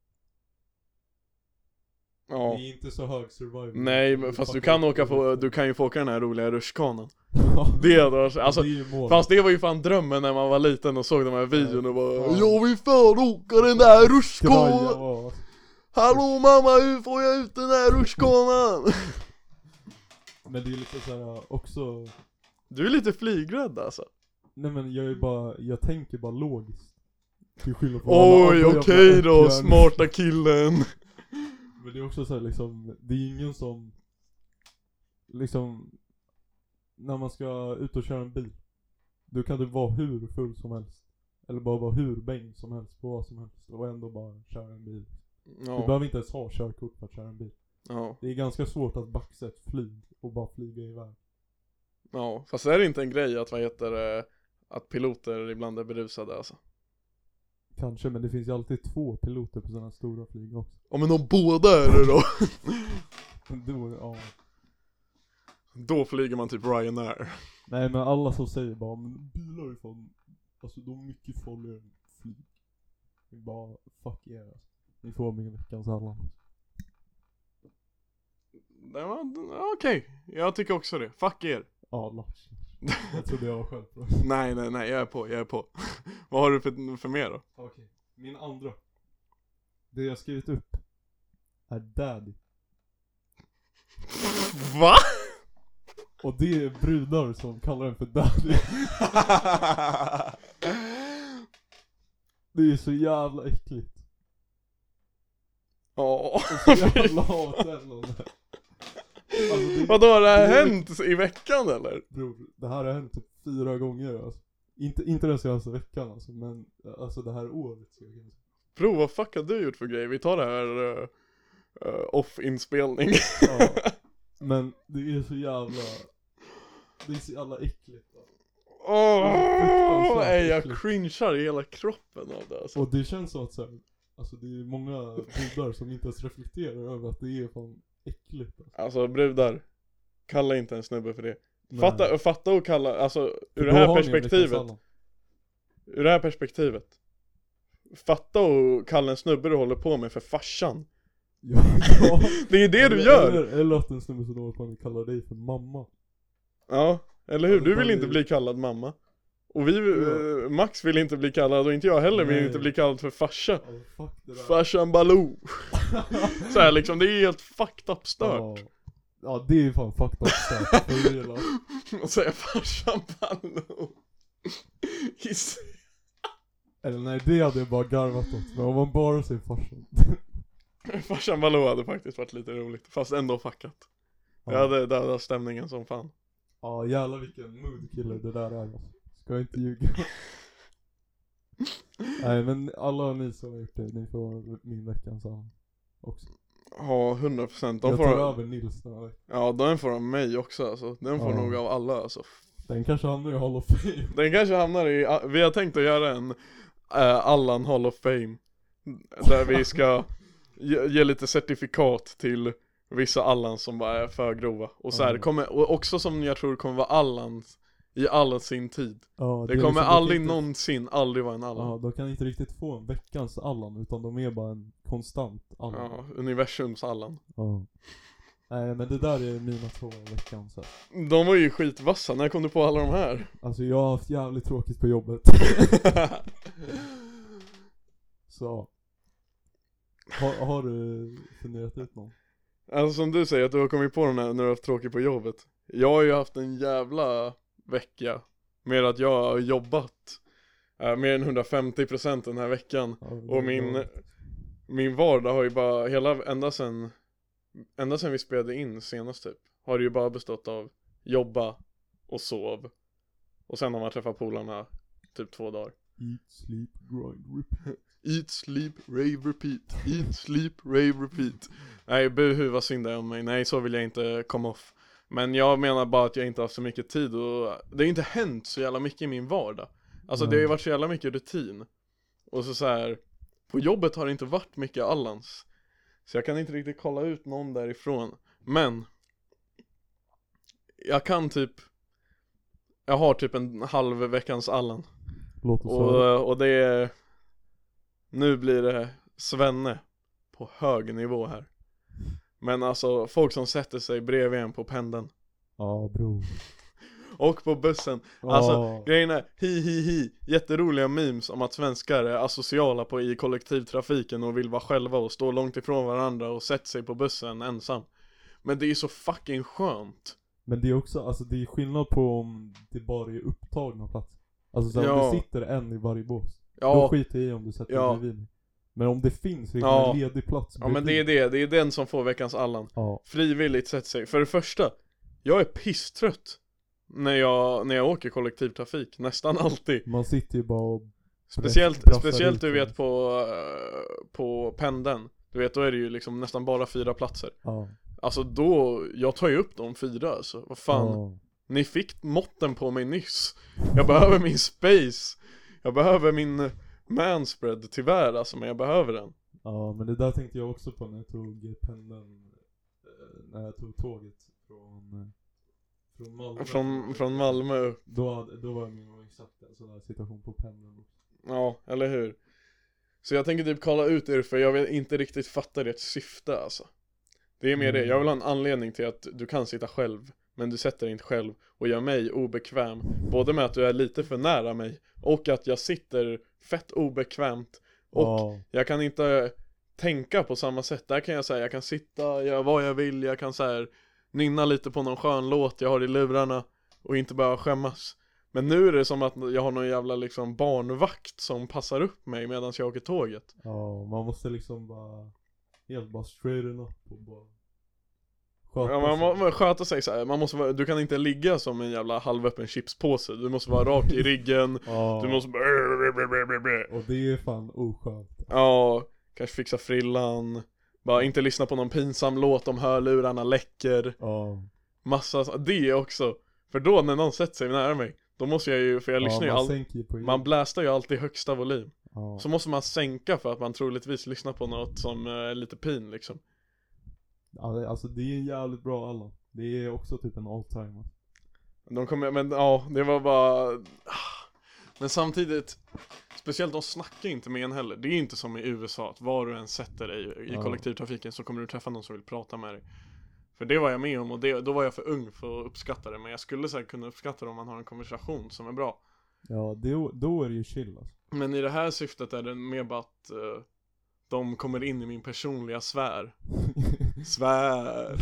Speaker 2: Ja
Speaker 1: det är inte så hög survival.
Speaker 2: Nej
Speaker 1: Om
Speaker 2: men fast du
Speaker 1: fuckar
Speaker 2: kan
Speaker 1: upp
Speaker 2: åka
Speaker 1: med
Speaker 2: på,
Speaker 1: ett-
Speaker 2: du kan ju få åka den här roliga rutschkanan
Speaker 1: Ja.
Speaker 2: Det hade varit, alltså
Speaker 1: det är ju målet.
Speaker 2: Fast det var ju fan drömmen när man var liten och såg de här videorna och bara
Speaker 1: fan.
Speaker 2: Jag vill fan åka den där
Speaker 1: Graja,
Speaker 2: rutschkanan!
Speaker 1: ja.
Speaker 2: Hallå mamma hur får jag ut den här rutschkanan?
Speaker 1: Men det är ju liksom så här också
Speaker 2: Du är lite flygrädd alltså
Speaker 1: Nej men jag är bara, jag tänker bara logiskt. Till skillnad från alla
Speaker 2: Oj
Speaker 1: andra jävla
Speaker 2: okej då
Speaker 1: äckliga-
Speaker 2: smarta killen
Speaker 1: Men det är också så här, liksom, det är ingen som, liksom, när man ska ut och köra en bil. Då kan du vara hur full som helst. Eller bara vara hur bäng som helst på vad som helst och ändå bara köra en bil. Du
Speaker 2: Ja,
Speaker 1: behöver inte ens ha körkort för att köra en bil.
Speaker 2: ja,
Speaker 1: Det är ganska svårt att baxa ett flyg och bara flyga iväg.
Speaker 2: ja, fast är det inte en grej att vad heter det, att piloter ibland är berusade alltså?
Speaker 1: Kanske, men det finns ju alltid två piloter på sådana stora flyg också.
Speaker 2: Ja men om båda är det då
Speaker 1: Då, ja.
Speaker 2: Då flyger man typ Ryanair
Speaker 1: Nej men alla som säger bara men bilar är fan, alltså de är mycket farligare än flyg. Det är bara fuck er alltså. Ni får mig i veckans Allan.
Speaker 2: Det var- ja, Okej, jag tycker också det, fuck er
Speaker 1: Ja, Lars. Jag trodde jag var självklart.
Speaker 2: Nej nej nej, jag är på, jag är på Vad har du för, för mer då?
Speaker 1: Okej, min andra. Det jag skrivit upp är daddy.
Speaker 2: Va?
Speaker 1: Och det är brudar som kallar den för daddy. Det är så jävla äckligt.
Speaker 2: Ja,
Speaker 1: Jag jävla hatämnen. Alltså det,
Speaker 2: vadå har det här hänt i veckan eller?
Speaker 1: Bror, det här har hänt typ fyra gånger alltså. Inte, inte den senaste veckan alltså, men alltså det här året. så jag kan säga.
Speaker 2: Bro vad fuck har du gjort för grej? Vi tar det här eh, eh, off-inspelning
Speaker 1: Ja. Men det är så jävla, det är så jävla äckligt. Alltså.
Speaker 2: Åh,
Speaker 1: Fruktansvärt
Speaker 2: nej, jag
Speaker 1: äckligt.
Speaker 2: cringear i hela kroppen av det alltså.
Speaker 1: Och det känns som att så här, alltså det är många brudar som inte ens reflekterar över att det är fan äckligt. Alltså.
Speaker 2: Alltså brudar, kalla inte en snubbe för det
Speaker 1: Nej.
Speaker 2: Fatta, fatta och kalla, alltså ur det
Speaker 1: Då
Speaker 2: här
Speaker 1: har ni en veckans
Speaker 2: perspektivet,
Speaker 1: Allan.
Speaker 2: ur det här perspektivet Fatta och kalla en snubbe du håller på med för farsan
Speaker 1: Ja,
Speaker 2: Det är det du
Speaker 1: Eller-
Speaker 2: gör!
Speaker 1: Eller, eller att en snubbe som något man kallar dig för mamma.
Speaker 2: Ja, eller hur? Du vill
Speaker 1: Ja,
Speaker 2: inte
Speaker 1: det-
Speaker 2: bli kallad mamma Och vi, eh, Max vill inte bli kallad och inte jag heller vill
Speaker 1: Nej.
Speaker 2: inte bli kallad för farsa
Speaker 1: Alltså, fuck det där.
Speaker 2: Farsan Baloo! Så här liksom, det är helt fucked up stört
Speaker 1: Ja. ja, det är ju fan fucked up stört. För real, alltså.
Speaker 2: Och säga farsan Baloo Is-
Speaker 1: Eller nej, det hade jag bara garvat åt. Men om man bara säger farsan.
Speaker 2: Farsan Baloo hade faktiskt varit lite roligt, fast ändå fuckat
Speaker 1: Ja,
Speaker 2: Det hade dödat stämningen som fan
Speaker 1: ja jävlar vilken mood kille det där är. alltså. Ska jag inte ljuga. nej men alla ni som har gjort det, ni får min veckans Allan också.
Speaker 2: Ja, 100% de
Speaker 1: Jag tar
Speaker 2: får,
Speaker 1: över Nils den här veckan.
Speaker 2: Ja, den får av mig också alltså. Den får
Speaker 1: Ja.
Speaker 2: nog av alla alltså.
Speaker 1: Den kanske hamnar i Hall of Fame.
Speaker 2: Den kanske hamnar i, ah, vi har tänkt att göra en eh, Allan Hall of Fame Där vi ska ge, ge lite certifikat till vissa Allan som bara är för grova Och så här,
Speaker 1: Ja.
Speaker 2: kommer, och också som jag tror kommer vara Allan i all sin tid
Speaker 1: Ja,
Speaker 2: Det
Speaker 1: är
Speaker 2: kommer
Speaker 1: liksom-
Speaker 2: aldrig
Speaker 1: inte-
Speaker 2: någonsin, aldrig vara en
Speaker 1: Ja,
Speaker 2: Allan
Speaker 1: de kan inte riktigt få en veckans Allan utan de är bara en konstant Allan.
Speaker 2: Ja, universums Allan
Speaker 1: Ja. Nej men det där är mina två i veckan så.
Speaker 2: De var ju skitvassa, när kom du på alla de här?
Speaker 1: Alltså jag har haft jävligt tråkigt på jobbet. Så. Har, har du funderat ut någon?
Speaker 2: Alltså som du säger att du har kommit på den här när du har haft tråkigt på jobbet Jag har ju haft en jävla vecka Med att jag har jobbat eh, Mer än 150% den här veckan
Speaker 1: Ja, det
Speaker 2: Och
Speaker 1: är
Speaker 2: min,
Speaker 1: bra.
Speaker 2: min vardag har ju bara, hela, ända sen Ända sen vi spelade in senast typ Har det ju bara bestått av jobba och sov Och sen har man träffat polarna typ två dagar
Speaker 1: Eat, sleep, grind, repeat.
Speaker 2: Eat, sleep, rave, repeat Eat, sleep, rave, repeat Nej buhu vad synd det är om mig, nej så vill jag inte komma off Men jag menar bara att jag inte har haft så mycket tid och Det har inte hänt så jävla mycket i min vardag Alltså det har ju
Speaker 1: Nej.
Speaker 2: varit så jävla mycket rutin Och så, så här På jobbet har det inte varit mycket Allans Så jag kan inte riktigt kolla ut någon därifrån Men Jag kan typ Jag har typ en halv veckans Allan
Speaker 1: Låt oss höra.
Speaker 2: och, och det är Nu blir det Svenne På hög nivå här Men alltså folk som sätter sig bredvid en på pendeln
Speaker 1: Ja bror.
Speaker 2: Och på bussen Alltså,
Speaker 1: Ja.
Speaker 2: Grejen är, hi hi hi Jätteroliga memes om att svenskar är asociala på i kollektivtrafiken och vill vara själva och stå långt ifrån varandra och sätta sig på bussen ensam Men det är så fucking skönt
Speaker 1: Men det är också, alltså det är skillnad på om det bara är upptagna platser. Alltså så här, om
Speaker 2: Ja.
Speaker 1: det sitter en i varje bås. Då
Speaker 2: Ja,
Speaker 1: skiter jag i om du sätter
Speaker 2: Ja.
Speaker 1: dig bredvid mig. Men om det finns liksom
Speaker 2: Ja.
Speaker 1: en ledig plats
Speaker 2: ja men det är
Speaker 1: bredvid-
Speaker 2: det, det är den som får veckans Allan
Speaker 1: Ja.
Speaker 2: frivilligt sätter sig. För det första, jag är pisstrött när jag, när jag åker kollektivtrafik, nästan alltid.
Speaker 1: Man sitter ju bara och
Speaker 2: Speciellt,
Speaker 1: Brassar
Speaker 2: speciellt du
Speaker 1: ut.
Speaker 2: vet på, eh, på pendeln. Du vet, då är det ju liksom nästan bara fyra platser.
Speaker 1: ja.
Speaker 2: Alltså då, jag tar ju upp de fyra alltså. Vad fan.
Speaker 1: Ja.
Speaker 2: Ni fick måtten på mig nyss. Jag behöver min space. Jag behöver min manspread, tyvärr alltså, men jag behöver den.
Speaker 1: Ja men det där tänkte jag också på när jag tog pendeln, eh, när jag tog tåget från, eh, från Malmö.
Speaker 2: Från, från Malmö upp.
Speaker 1: Då, hade- då var jag med om exakt en sån alltså, här situation på pendeln.
Speaker 2: Ja, eller hur? Så jag tänker typ kolla ut er för jag vill inte riktigt fatta ert syfte alltså. Det är mer det, jag vill ha en anledning till att du kan sitta själv, men du sätter dig inte själv och gör mig obekväm. Både med att du är lite för nära mig och att jag sitter fett obekvämt och
Speaker 1: Ja.
Speaker 2: jag kan inte tänka på samma sätt. Där kan jag säga, jag kan sitta, göra vad jag vill, jag kan så här nynna lite på någon skön låt jag har i lurarna och inte behöva skämmas. Men nu är det som att jag har någon jävla liksom barnvakt som passar upp mig medan jag åker tåget.
Speaker 1: ja, man måste liksom bara, helt bara straighten up och bara sköta
Speaker 2: Ja, man
Speaker 1: sig.
Speaker 2: måste sköta sig så här. Man måste, vara- du kan inte ligga som en jävla halvöppen chipspåse. Du måste vara rak i ryggen,
Speaker 1: ja.
Speaker 2: du måste bara...
Speaker 1: Och det är fan oskönt.
Speaker 2: Ja, kanske fixa frillan. Bara inte lyssna på någon pinsam låt om hörlurarna läcker.
Speaker 1: Ja.
Speaker 2: Massa, så- det också. För då när någon sätter sig nära mig, då måste jag ju, för jag lyssnar
Speaker 1: ja,
Speaker 2: ju
Speaker 1: man
Speaker 2: alltid,
Speaker 1: sänker ju på
Speaker 2: man blästar ju alltid i högsta volym.
Speaker 1: ja.
Speaker 2: Så måste man sänka för att man troligtvis lyssnar på något som eh, är lite pin liksom.
Speaker 1: Ja, det- Alltså det är en jävligt bra Allan. Det är också typ en all-timer.
Speaker 2: De kommer, men ja, det var bara... ah. Men samtidigt, speciellt de snackar inte med en heller. Det är inte som i USA, att var du än sätter dig i
Speaker 1: Ja.
Speaker 2: kollektivtrafiken så kommer du träffa någon som vill prata med dig. För det var jag med om och det, då var jag för ung för att uppskatta det. Men jag skulle säkert kunna uppskatta det om man har en konversation som är bra.
Speaker 1: Ja, det, då är det ju chill alltså.
Speaker 2: Men i det här syftet är det mer bara att eh, de kommer in i min personliga sfär. Sfär.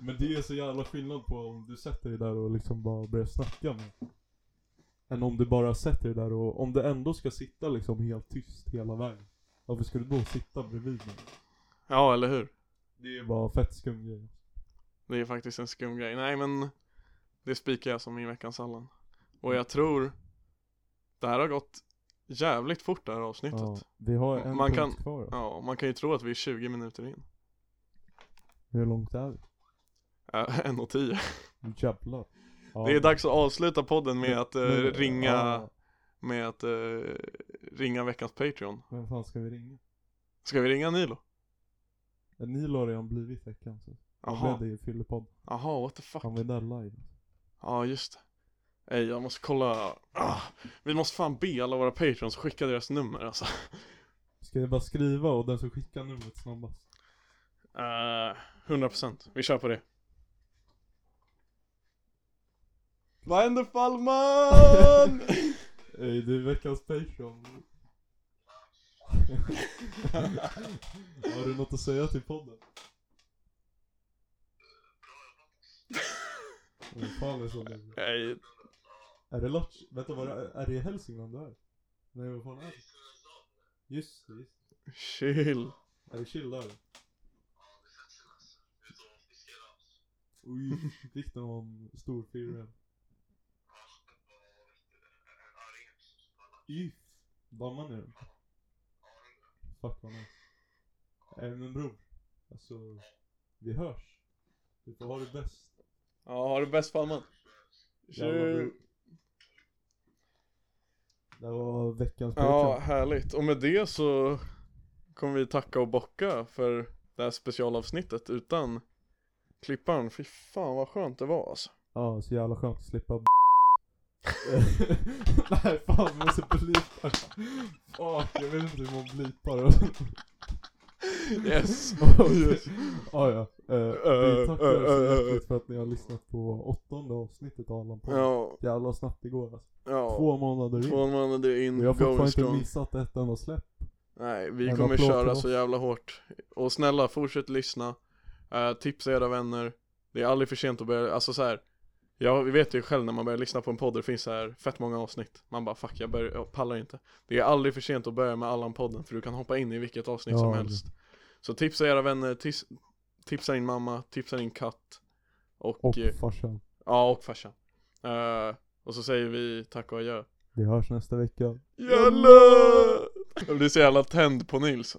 Speaker 1: Men det är så jävla skillnad på om du sätter dig där och liksom bara börjar snacka med Än om du bara sätter dig där och om du ändå ska sitta liksom helt tyst hela vägen Varför ska du då sitta bredvid mig?
Speaker 2: ja, eller hur?
Speaker 1: Det är bara fett skum grej
Speaker 2: Det är faktiskt en skum grej. Nej, men det spikar jag som min veckans Allan. Och jag tror det här har gått jävligt fort det här avsnittet.
Speaker 1: Ja,
Speaker 2: Ja,
Speaker 1: vi har en
Speaker 2: Man
Speaker 1: punkt
Speaker 2: kan-
Speaker 1: kvar då.
Speaker 2: man kan ju tro att vi är 20 minuter in.
Speaker 1: Hur långt är vi?
Speaker 2: Äh, 1 och 10.
Speaker 1: Jävlar. Ja.
Speaker 2: Det är dags att avsluta podden med att eh,
Speaker 1: Men-
Speaker 2: ringa,
Speaker 1: ja,
Speaker 2: med att eh, ringa veckans Patreon.
Speaker 1: Vem fan ska vi ringa? Eh, Ska...
Speaker 2: Ska vi ringa Nilo?
Speaker 1: Nilo har redan blivit veckans. Han
Speaker 2: Jaha,
Speaker 1: blev det i Fyllepodd.
Speaker 2: jaha what the fuck.
Speaker 1: Han var där live.
Speaker 2: Ja just det. Ey, jag måste kolla. Ah, vi måste fan be alla våra Patreons skicka deras nummer alltså.
Speaker 1: Ska jag bara skriva och den som skickar numret snabbast?
Speaker 2: Eh, 100%, vi kör på det. Vad händer Fallman?
Speaker 1: Ey, det är veckans Patreon. Har du något att säga till podden? Vad fan är det som är
Speaker 2: Ey,
Speaker 1: Är det Lodge? Vänta, var det, är det i Hälsingland du är? Nej, vad fan är det? Just det, just
Speaker 2: chill.
Speaker 1: det. Är det chill där? Oj, fick någon stor firma. Yff, dammar ni den? Fuck vad nice. Nej men bror, alltså vi hörs. Du får ha det bäst.
Speaker 2: Ja, har du bäst Fallman?
Speaker 1: Jävlar,
Speaker 2: Chill.
Speaker 1: bror. Det var veckans
Speaker 2: Ja,
Speaker 1: Patreon.
Speaker 2: härligt. Och med det så kommer vi tacka och bocka för det här specialavsnittet utan klippan. Fy fan vad skönt det var alltså.
Speaker 1: Ja, så jävla skönt att slippa b- Nej fan vi måste blipa Fuck, jag vet inte hur man blipar
Speaker 2: Yes.
Speaker 1: yes. ah, ja, eh, vi tackar er så hjärtligt för att ni har lyssnat på åttonde avsnittet av Allan på
Speaker 2: Ja,
Speaker 1: Jävla snabbt igår alltså.
Speaker 2: ja.
Speaker 1: Två månader in
Speaker 2: Två månader in,
Speaker 1: Vi har
Speaker 2: going
Speaker 1: fortfarande
Speaker 2: strong.
Speaker 1: inte missat ett enda släpp
Speaker 2: Nej, vi
Speaker 1: En
Speaker 2: kommer
Speaker 1: applåd till
Speaker 2: köra
Speaker 1: oss.
Speaker 2: så jävla hårt. Och snälla, fortsätt lyssna. Eh, tipsa era vänner. Det är aldrig för sent att börja, alltså så här. Ja, vi vet ju själv när man börjar lyssna på en podd, det finns så här fett många avsnitt. Man bara fuck, jag, börjar, jag pallar inte. Det är aldrig för sent att börja med Allan-podden, för du kan hoppa in i vilket avsnitt
Speaker 1: Ja,
Speaker 2: som
Speaker 1: det-
Speaker 2: Liksom helst. Så tipsa era vänner, tis, tipsa din mamma, tipsa din katt. Och,
Speaker 1: och
Speaker 2: eh,
Speaker 1: farsan
Speaker 2: ja, och farsan. Eh, och så säger vi tack och adjö.
Speaker 1: Vi hörs nästa vecka
Speaker 2: Jalla! Jag blir så jävla tänd på Nils.